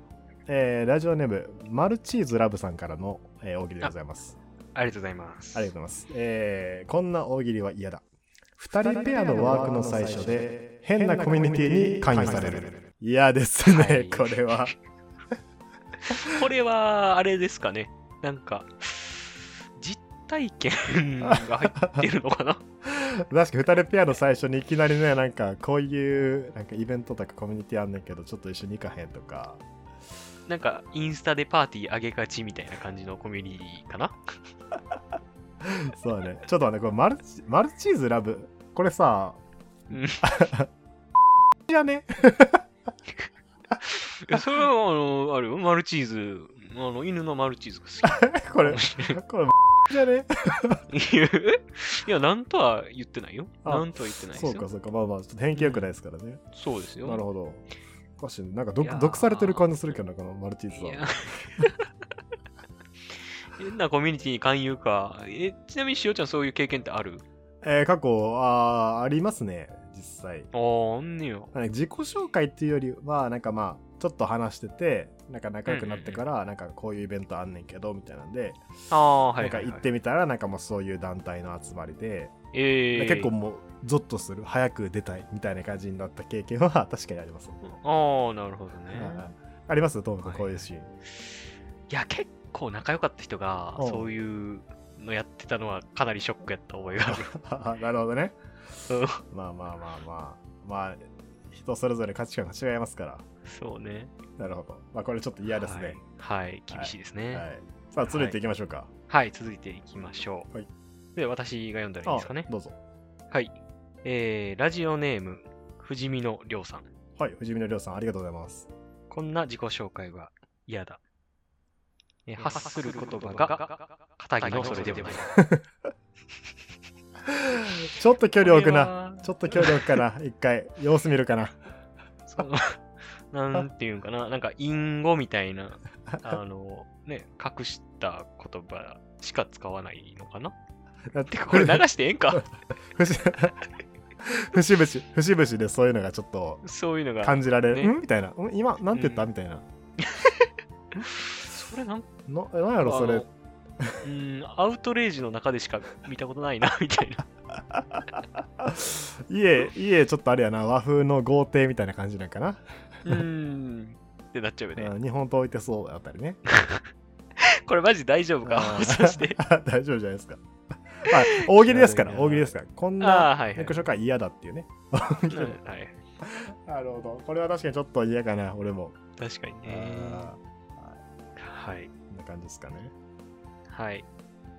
[SPEAKER 2] えーラジオネーム、マルチーズラブさんからの、えー大喜利でございます。
[SPEAKER 1] ありがとうございます。
[SPEAKER 2] ありがとうございます。えーこんな大喜利は嫌だ。二人ペアのワークの最初で、変なコミュニティに関与される。嫌ですね、
[SPEAKER 1] はい
[SPEAKER 2] これは。
[SPEAKER 1] これは、あれですかね。なんか、実体験が入ってるのか な
[SPEAKER 2] 確か二人ペアの最初にいきなりね、なんかこういうなんかイベントとかコミュニティあんねんけど、ちょっと一緒に行かへんとか。
[SPEAKER 1] なんか、インスタでパーティーあげがちみたいな感じのコミュニティかな
[SPEAKER 2] そうだね。ちょっと待って、これマルチマルチーズラブ。こ れさ、
[SPEAKER 1] うん
[SPEAKER 2] じゃね
[SPEAKER 1] いやそれは、あの、あれよ、マルチーズ、あの、犬のマルチーズが好
[SPEAKER 2] これ、これ、じゃね
[SPEAKER 1] き。いやえいや、なんとは言ってないよ。
[SPEAKER 2] あ
[SPEAKER 1] なんとは言ってないです
[SPEAKER 2] そ
[SPEAKER 1] よ。
[SPEAKER 2] うか、そうか。まあまあ、ちょっと偏見良くないですからね。
[SPEAKER 1] そうですよ。
[SPEAKER 2] なるほど。おかしいねなんか毒
[SPEAKER 1] いやー
[SPEAKER 2] 毒されてる感じするけどな、このマルチーズ
[SPEAKER 1] いや
[SPEAKER 2] は。
[SPEAKER 1] 変なコミュニティに勧誘か。え、ちなみにしおちゃんそういう経験ってある
[SPEAKER 2] えー過去あー、ありますね、実際。
[SPEAKER 1] あー、あんねよ。
[SPEAKER 2] なんか自己紹介っていうよりは、なんかまあ、ちょっと話してて、なんか仲良くなってから、なんかこういうイベントあんねんけど、みたいなんで、
[SPEAKER 1] ああー、は
[SPEAKER 2] ないんか
[SPEAKER 1] はい、はい。
[SPEAKER 2] 行ってみたら、なんかもうそういう団体の集まりで、
[SPEAKER 1] えー、
[SPEAKER 2] 結構。もう、ゾッとする、早く出たい、みたいな感じになった経験は確かにありま
[SPEAKER 1] あ
[SPEAKER 2] す。
[SPEAKER 1] あ、なるほどね。
[SPEAKER 2] はいありますトム君、こういうシーン。
[SPEAKER 1] いや、結構仲良かった人が、
[SPEAKER 2] うん
[SPEAKER 1] そういうのやってたのはかなりショックやった覚えがある。
[SPEAKER 2] なるほどね。
[SPEAKER 1] うん
[SPEAKER 2] まあまあまあまあ、まあ、人それぞれ価値観が違いますから。
[SPEAKER 1] そうね。
[SPEAKER 2] なるほど。まあ、これちょっと嫌ですね。
[SPEAKER 1] はい。はい、厳しいです
[SPEAKER 2] はい。
[SPEAKER 1] ね。
[SPEAKER 2] さあ、続いていきましょうか。
[SPEAKER 1] はい、続いていきましょう。
[SPEAKER 2] はい
[SPEAKER 1] で、私が読んだらいいですかね
[SPEAKER 2] あ。どうぞ。
[SPEAKER 1] はい。えー、ラジオネーム、不死身のりょうさん。
[SPEAKER 2] はい、藤見のりょうさん、ありがとうございます。
[SPEAKER 1] こんな自己紹介は嫌だ。えー発
[SPEAKER 5] 発
[SPEAKER 1] す
[SPEAKER 5] す
[SPEAKER 1] る
[SPEAKER 5] る
[SPEAKER 1] 言
[SPEAKER 5] 言
[SPEAKER 1] 葉
[SPEAKER 5] 葉
[SPEAKER 1] が、
[SPEAKER 5] が、
[SPEAKER 1] 片義のそれではない。
[SPEAKER 2] ちょっと距離置くな。
[SPEAKER 1] な
[SPEAKER 2] ちょっと距離置くかな。一回、様子見るかな。
[SPEAKER 1] その なんていうんかな、なんか隠語みたい な、あの、ね、隠した言葉しか使わないのかな。
[SPEAKER 2] だって
[SPEAKER 1] てか、これ流してええんか
[SPEAKER 2] 節 節々、節々でそういうのがちょっと
[SPEAKER 1] そういうのが。
[SPEAKER 2] 感じられる。
[SPEAKER 1] ね
[SPEAKER 2] んみたいな。ん今、なんて言った、
[SPEAKER 1] うん
[SPEAKER 2] みたいな。
[SPEAKER 1] それなんか
[SPEAKER 2] のなんやろ、そ
[SPEAKER 1] あ
[SPEAKER 2] れ
[SPEAKER 1] の。うん、アウトレイジの中でしか見たことないな、みたいな。
[SPEAKER 2] 家、家、ちょっとあれやな。和風の豪邸みたいな感じなんかな。
[SPEAKER 1] うん。ってなっちゃうよね。
[SPEAKER 2] うん日本刀置いてそうだったりね。
[SPEAKER 1] これマジ大丈夫か
[SPEAKER 2] あ
[SPEAKER 1] 放
[SPEAKER 2] ー
[SPEAKER 1] 送して。
[SPEAKER 2] 大丈夫じゃないですか。 はい、大喜利ですから、
[SPEAKER 1] なるほど
[SPEAKER 2] 大喜利ですから。こん
[SPEAKER 1] あ
[SPEAKER 2] な
[SPEAKER 1] あ、はい、はい
[SPEAKER 2] 猫。紹介嫌だっていうね。
[SPEAKER 1] うんはい。
[SPEAKER 2] なるほど。これは確かにちょっと嫌かな、俺も。
[SPEAKER 1] 確かにね。
[SPEAKER 2] あ
[SPEAKER 1] はい。
[SPEAKER 2] ーこんな感じですかね。
[SPEAKER 1] はい。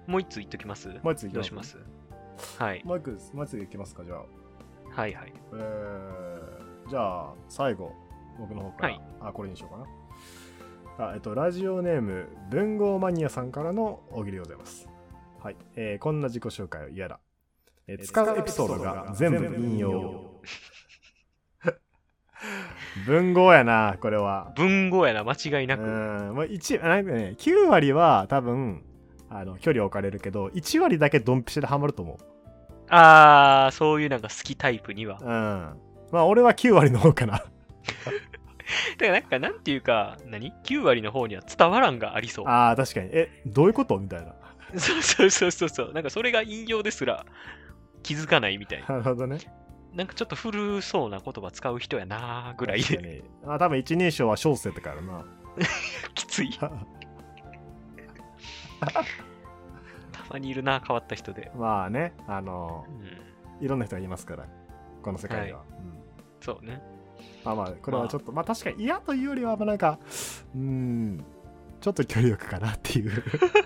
[SPEAKER 1] もう一つ言っときます
[SPEAKER 2] もう一ついき
[SPEAKER 1] どう
[SPEAKER 2] ま
[SPEAKER 1] し
[SPEAKER 2] す
[SPEAKER 1] ますはい。
[SPEAKER 2] もう一個です、もう一ついきますか、じゃあ。
[SPEAKER 1] はいはい。
[SPEAKER 2] えー、じゃあ、最後、僕の方から。
[SPEAKER 1] はい
[SPEAKER 2] あ、これにしようかな。あえっと、ラジオネーム、文豪マニアさんからの大喜利でございます。はい。えーこんな自己紹介を嫌だ。えー使うエピソードが全部引用。 文豪やな、これは。
[SPEAKER 1] 文豪やな、間違いうなく。
[SPEAKER 2] ん、もう一なんかね、9割は多分、あの距離を置かれるけど、1割だけドンピシャでハマると思う。
[SPEAKER 1] あー、そういうなんか好きタイプには
[SPEAKER 2] う。ん。まあ、俺は9割の方かな。
[SPEAKER 1] だからなんか、なんていうか、何 ?9 割の方には伝わらんがありそう。
[SPEAKER 2] ああ、確かに。え、どういうことみたいな。
[SPEAKER 1] そうそうそうそうそう。なんかそれが引用ですら気づかないみたいな。
[SPEAKER 2] なるほどね。
[SPEAKER 1] なんかちょっと古そうな言葉使う人やなーぐらい
[SPEAKER 2] 確か
[SPEAKER 1] で
[SPEAKER 2] に。まあ、多分一人称は小生とかあるな。
[SPEAKER 1] きつい。たまにいるな、変わった人で。
[SPEAKER 2] まあね、あの
[SPEAKER 1] う、ん、
[SPEAKER 2] いろんな人がいますから、この世界では。うん
[SPEAKER 1] そうね。
[SPEAKER 2] まあまあ、これはちょっと、まあ、確かに嫌というよりは、まあなんか、うーん、ちょっと距離よくかなっていう。
[SPEAKER 1] 確か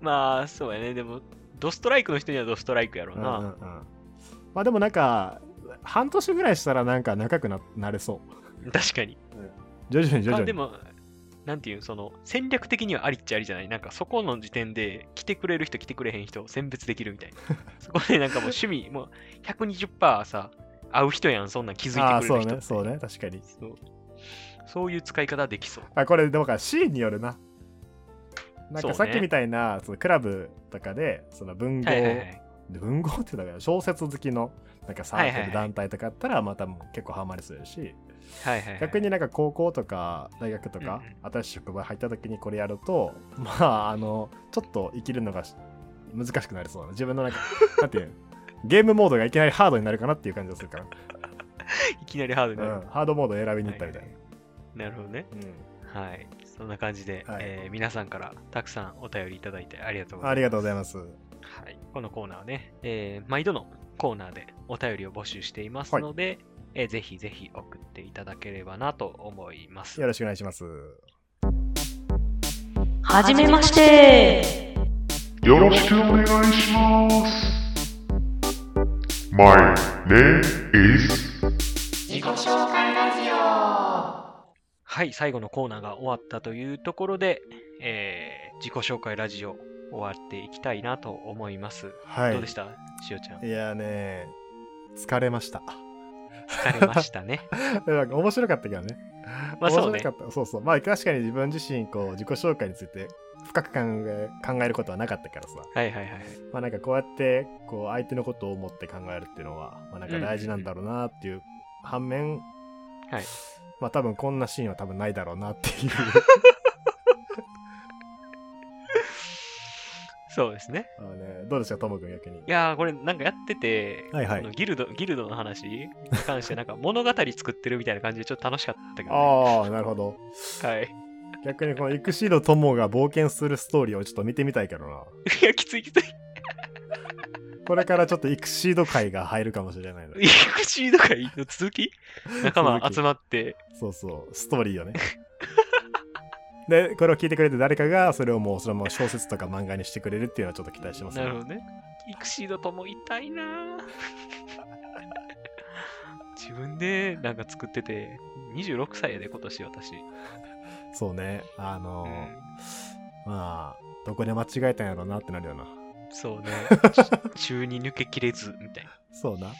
[SPEAKER 1] まあ、そうやね。でも、ドストライクの人にはドストライクやろう
[SPEAKER 2] うんうんう
[SPEAKER 1] な。
[SPEAKER 2] んまあでもなんか、半年ぐらいしたらなんか仲良くななれそう。
[SPEAKER 1] 確かに。
[SPEAKER 2] 徐々に徐々
[SPEAKER 1] あ
[SPEAKER 2] に。
[SPEAKER 1] でも、なんていうその、戦略的にはありっちゃありじゃない。なんかそこの時点で、来てくれる人、来てくれへん人、選別できるみたい な。そこでなんかもう趣味、もう120%さ、合う人やん、そんなん気づいて
[SPEAKER 2] ああ、
[SPEAKER 1] く
[SPEAKER 2] そ
[SPEAKER 1] れ
[SPEAKER 2] う
[SPEAKER 1] る人
[SPEAKER 2] ね、そうね、確かに。
[SPEAKER 1] そうそういう使い方できそう。
[SPEAKER 2] あこれでもかシーンによるな。なん
[SPEAKER 1] そう
[SPEAKER 2] か
[SPEAKER 1] ね
[SPEAKER 2] さっきみたいなそのクラブとかでその文豪、
[SPEAKER 1] はいはいはい。
[SPEAKER 2] 文豪ってなんか小説好きのなんかサー
[SPEAKER 1] はい
[SPEAKER 2] ク
[SPEAKER 1] はいは
[SPEAKER 2] ル
[SPEAKER 1] い
[SPEAKER 2] 団体とかあったらまたもう結構ハマりするし、
[SPEAKER 1] はいはいはい
[SPEAKER 2] 逆になんか高校とか大学とか
[SPEAKER 1] うんうん
[SPEAKER 2] 新しい職場入った時にこれやるとまああのちょっと生きるのがし難しくなりそうな自分のな んかなんていうのゲームモードがいきなりハードになるかなっていう感じがするか
[SPEAKER 1] いきなりハードになる。
[SPEAKER 2] ら、うん、ハードモードを選びに行ったみたいな、
[SPEAKER 1] なるほどね。
[SPEAKER 2] うん
[SPEAKER 1] はい。そんな感じで、
[SPEAKER 2] はい
[SPEAKER 1] えー皆さんからたくさんお便りいただいてありがとうございます。
[SPEAKER 2] ありがとうございます
[SPEAKER 1] はい、このコーナーはね、えー毎度のコーナーでお便りを募集していますので、えーぜひぜひ送っていただければなと思います。
[SPEAKER 2] よろしくお願いします
[SPEAKER 3] はじめまして。
[SPEAKER 5] よろしくお願いします。My name is
[SPEAKER 1] はい、最後のコーナーが終わったというところで、えー自己紹介ラジオ終わっていきたいなと思います。
[SPEAKER 2] はい
[SPEAKER 1] どうでしたしおちゃん。
[SPEAKER 2] いやーねー疲れました。
[SPEAKER 1] 疲れましたね。
[SPEAKER 2] でもなんか面白かったけどね。
[SPEAKER 1] まあそうね
[SPEAKER 2] 面白かった。そうそう。まあ確かに自分自身、こう、自己紹介について深く考え考えることはなかったからさ。
[SPEAKER 1] はいはいはい。
[SPEAKER 2] まあなんかこうやって、こう、相手のことを思って考えるっていうのは、まあなんか大事なんだろうなっていう、反面、
[SPEAKER 1] はい。
[SPEAKER 2] まあ多分こんなシーンは多分ないだろうなっ ていう。
[SPEAKER 1] そうですね。
[SPEAKER 2] あのね、どうですか、ともくん逆に。
[SPEAKER 1] いやー、これなんかやってて、
[SPEAKER 2] はいはい
[SPEAKER 1] このギルド、ギルドの話に関してなんか物語作ってるみたいな感じでちょっと楽しかったけど、ね。
[SPEAKER 2] ああ、なるほど。
[SPEAKER 1] はい。
[SPEAKER 2] 逆にこのイクシードともが冒険するストーリーをちょっと見てみたいけどな。
[SPEAKER 1] いや、きついきつい。
[SPEAKER 2] これからちょっとイクシード会が入るかもしれないので
[SPEAKER 1] 入り口とかの続 き仲間
[SPEAKER 2] 続き
[SPEAKER 1] 集まって、
[SPEAKER 2] そうそう、ストーリーよね。 で、これを聞いてくれて誰かがそれをもうそのまま小説とか漫画にしてくれるっていうのはちょっと期待してます、
[SPEAKER 1] なるほどね。イクシードともいたい なぁ自分でなんか作ってて、26歳やで、今年私。
[SPEAKER 2] そうね。あの
[SPEAKER 1] う
[SPEAKER 2] ー
[SPEAKER 1] ん
[SPEAKER 2] まあ、どこで間違えたんやろうなってなるよな。
[SPEAKER 1] そう ね。ち中に抜けきれず、みたいな。
[SPEAKER 2] そうな。
[SPEAKER 1] はい。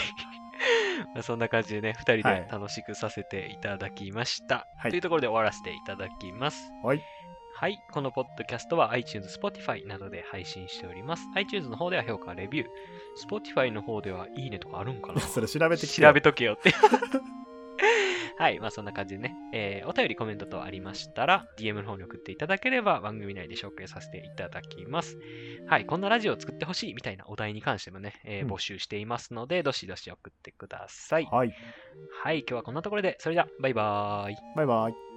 [SPEAKER 1] まあそんな感じでね、2人
[SPEAKER 2] は
[SPEAKER 1] で
[SPEAKER 2] い
[SPEAKER 1] 楽しくさせていただきました。
[SPEAKER 2] はい
[SPEAKER 1] というところで終わらせていただきます。
[SPEAKER 2] はい。
[SPEAKER 1] はい。このポッドキャストは iTunes、Spotify などで配信しております。iTunes の方では評価、レビュー。Spotify の方ではいいねとかあるん かな
[SPEAKER 2] それ調べてきて。
[SPEAKER 1] 調べとけよって。 はい。まあそんな感じでね、えーお便り、コメント等ありましたら、DM の方に送っていただければ番組内で紹介させていただきます。はい。こんなラジオを作ってほしいみたいなお題に関してもね、えー
[SPEAKER 2] うん
[SPEAKER 1] 募集していますので、どしどし送ってください。
[SPEAKER 2] はい。
[SPEAKER 1] はい。今日はこんなところで、それじゃあ、バイバーイ。
[SPEAKER 2] バイバイ。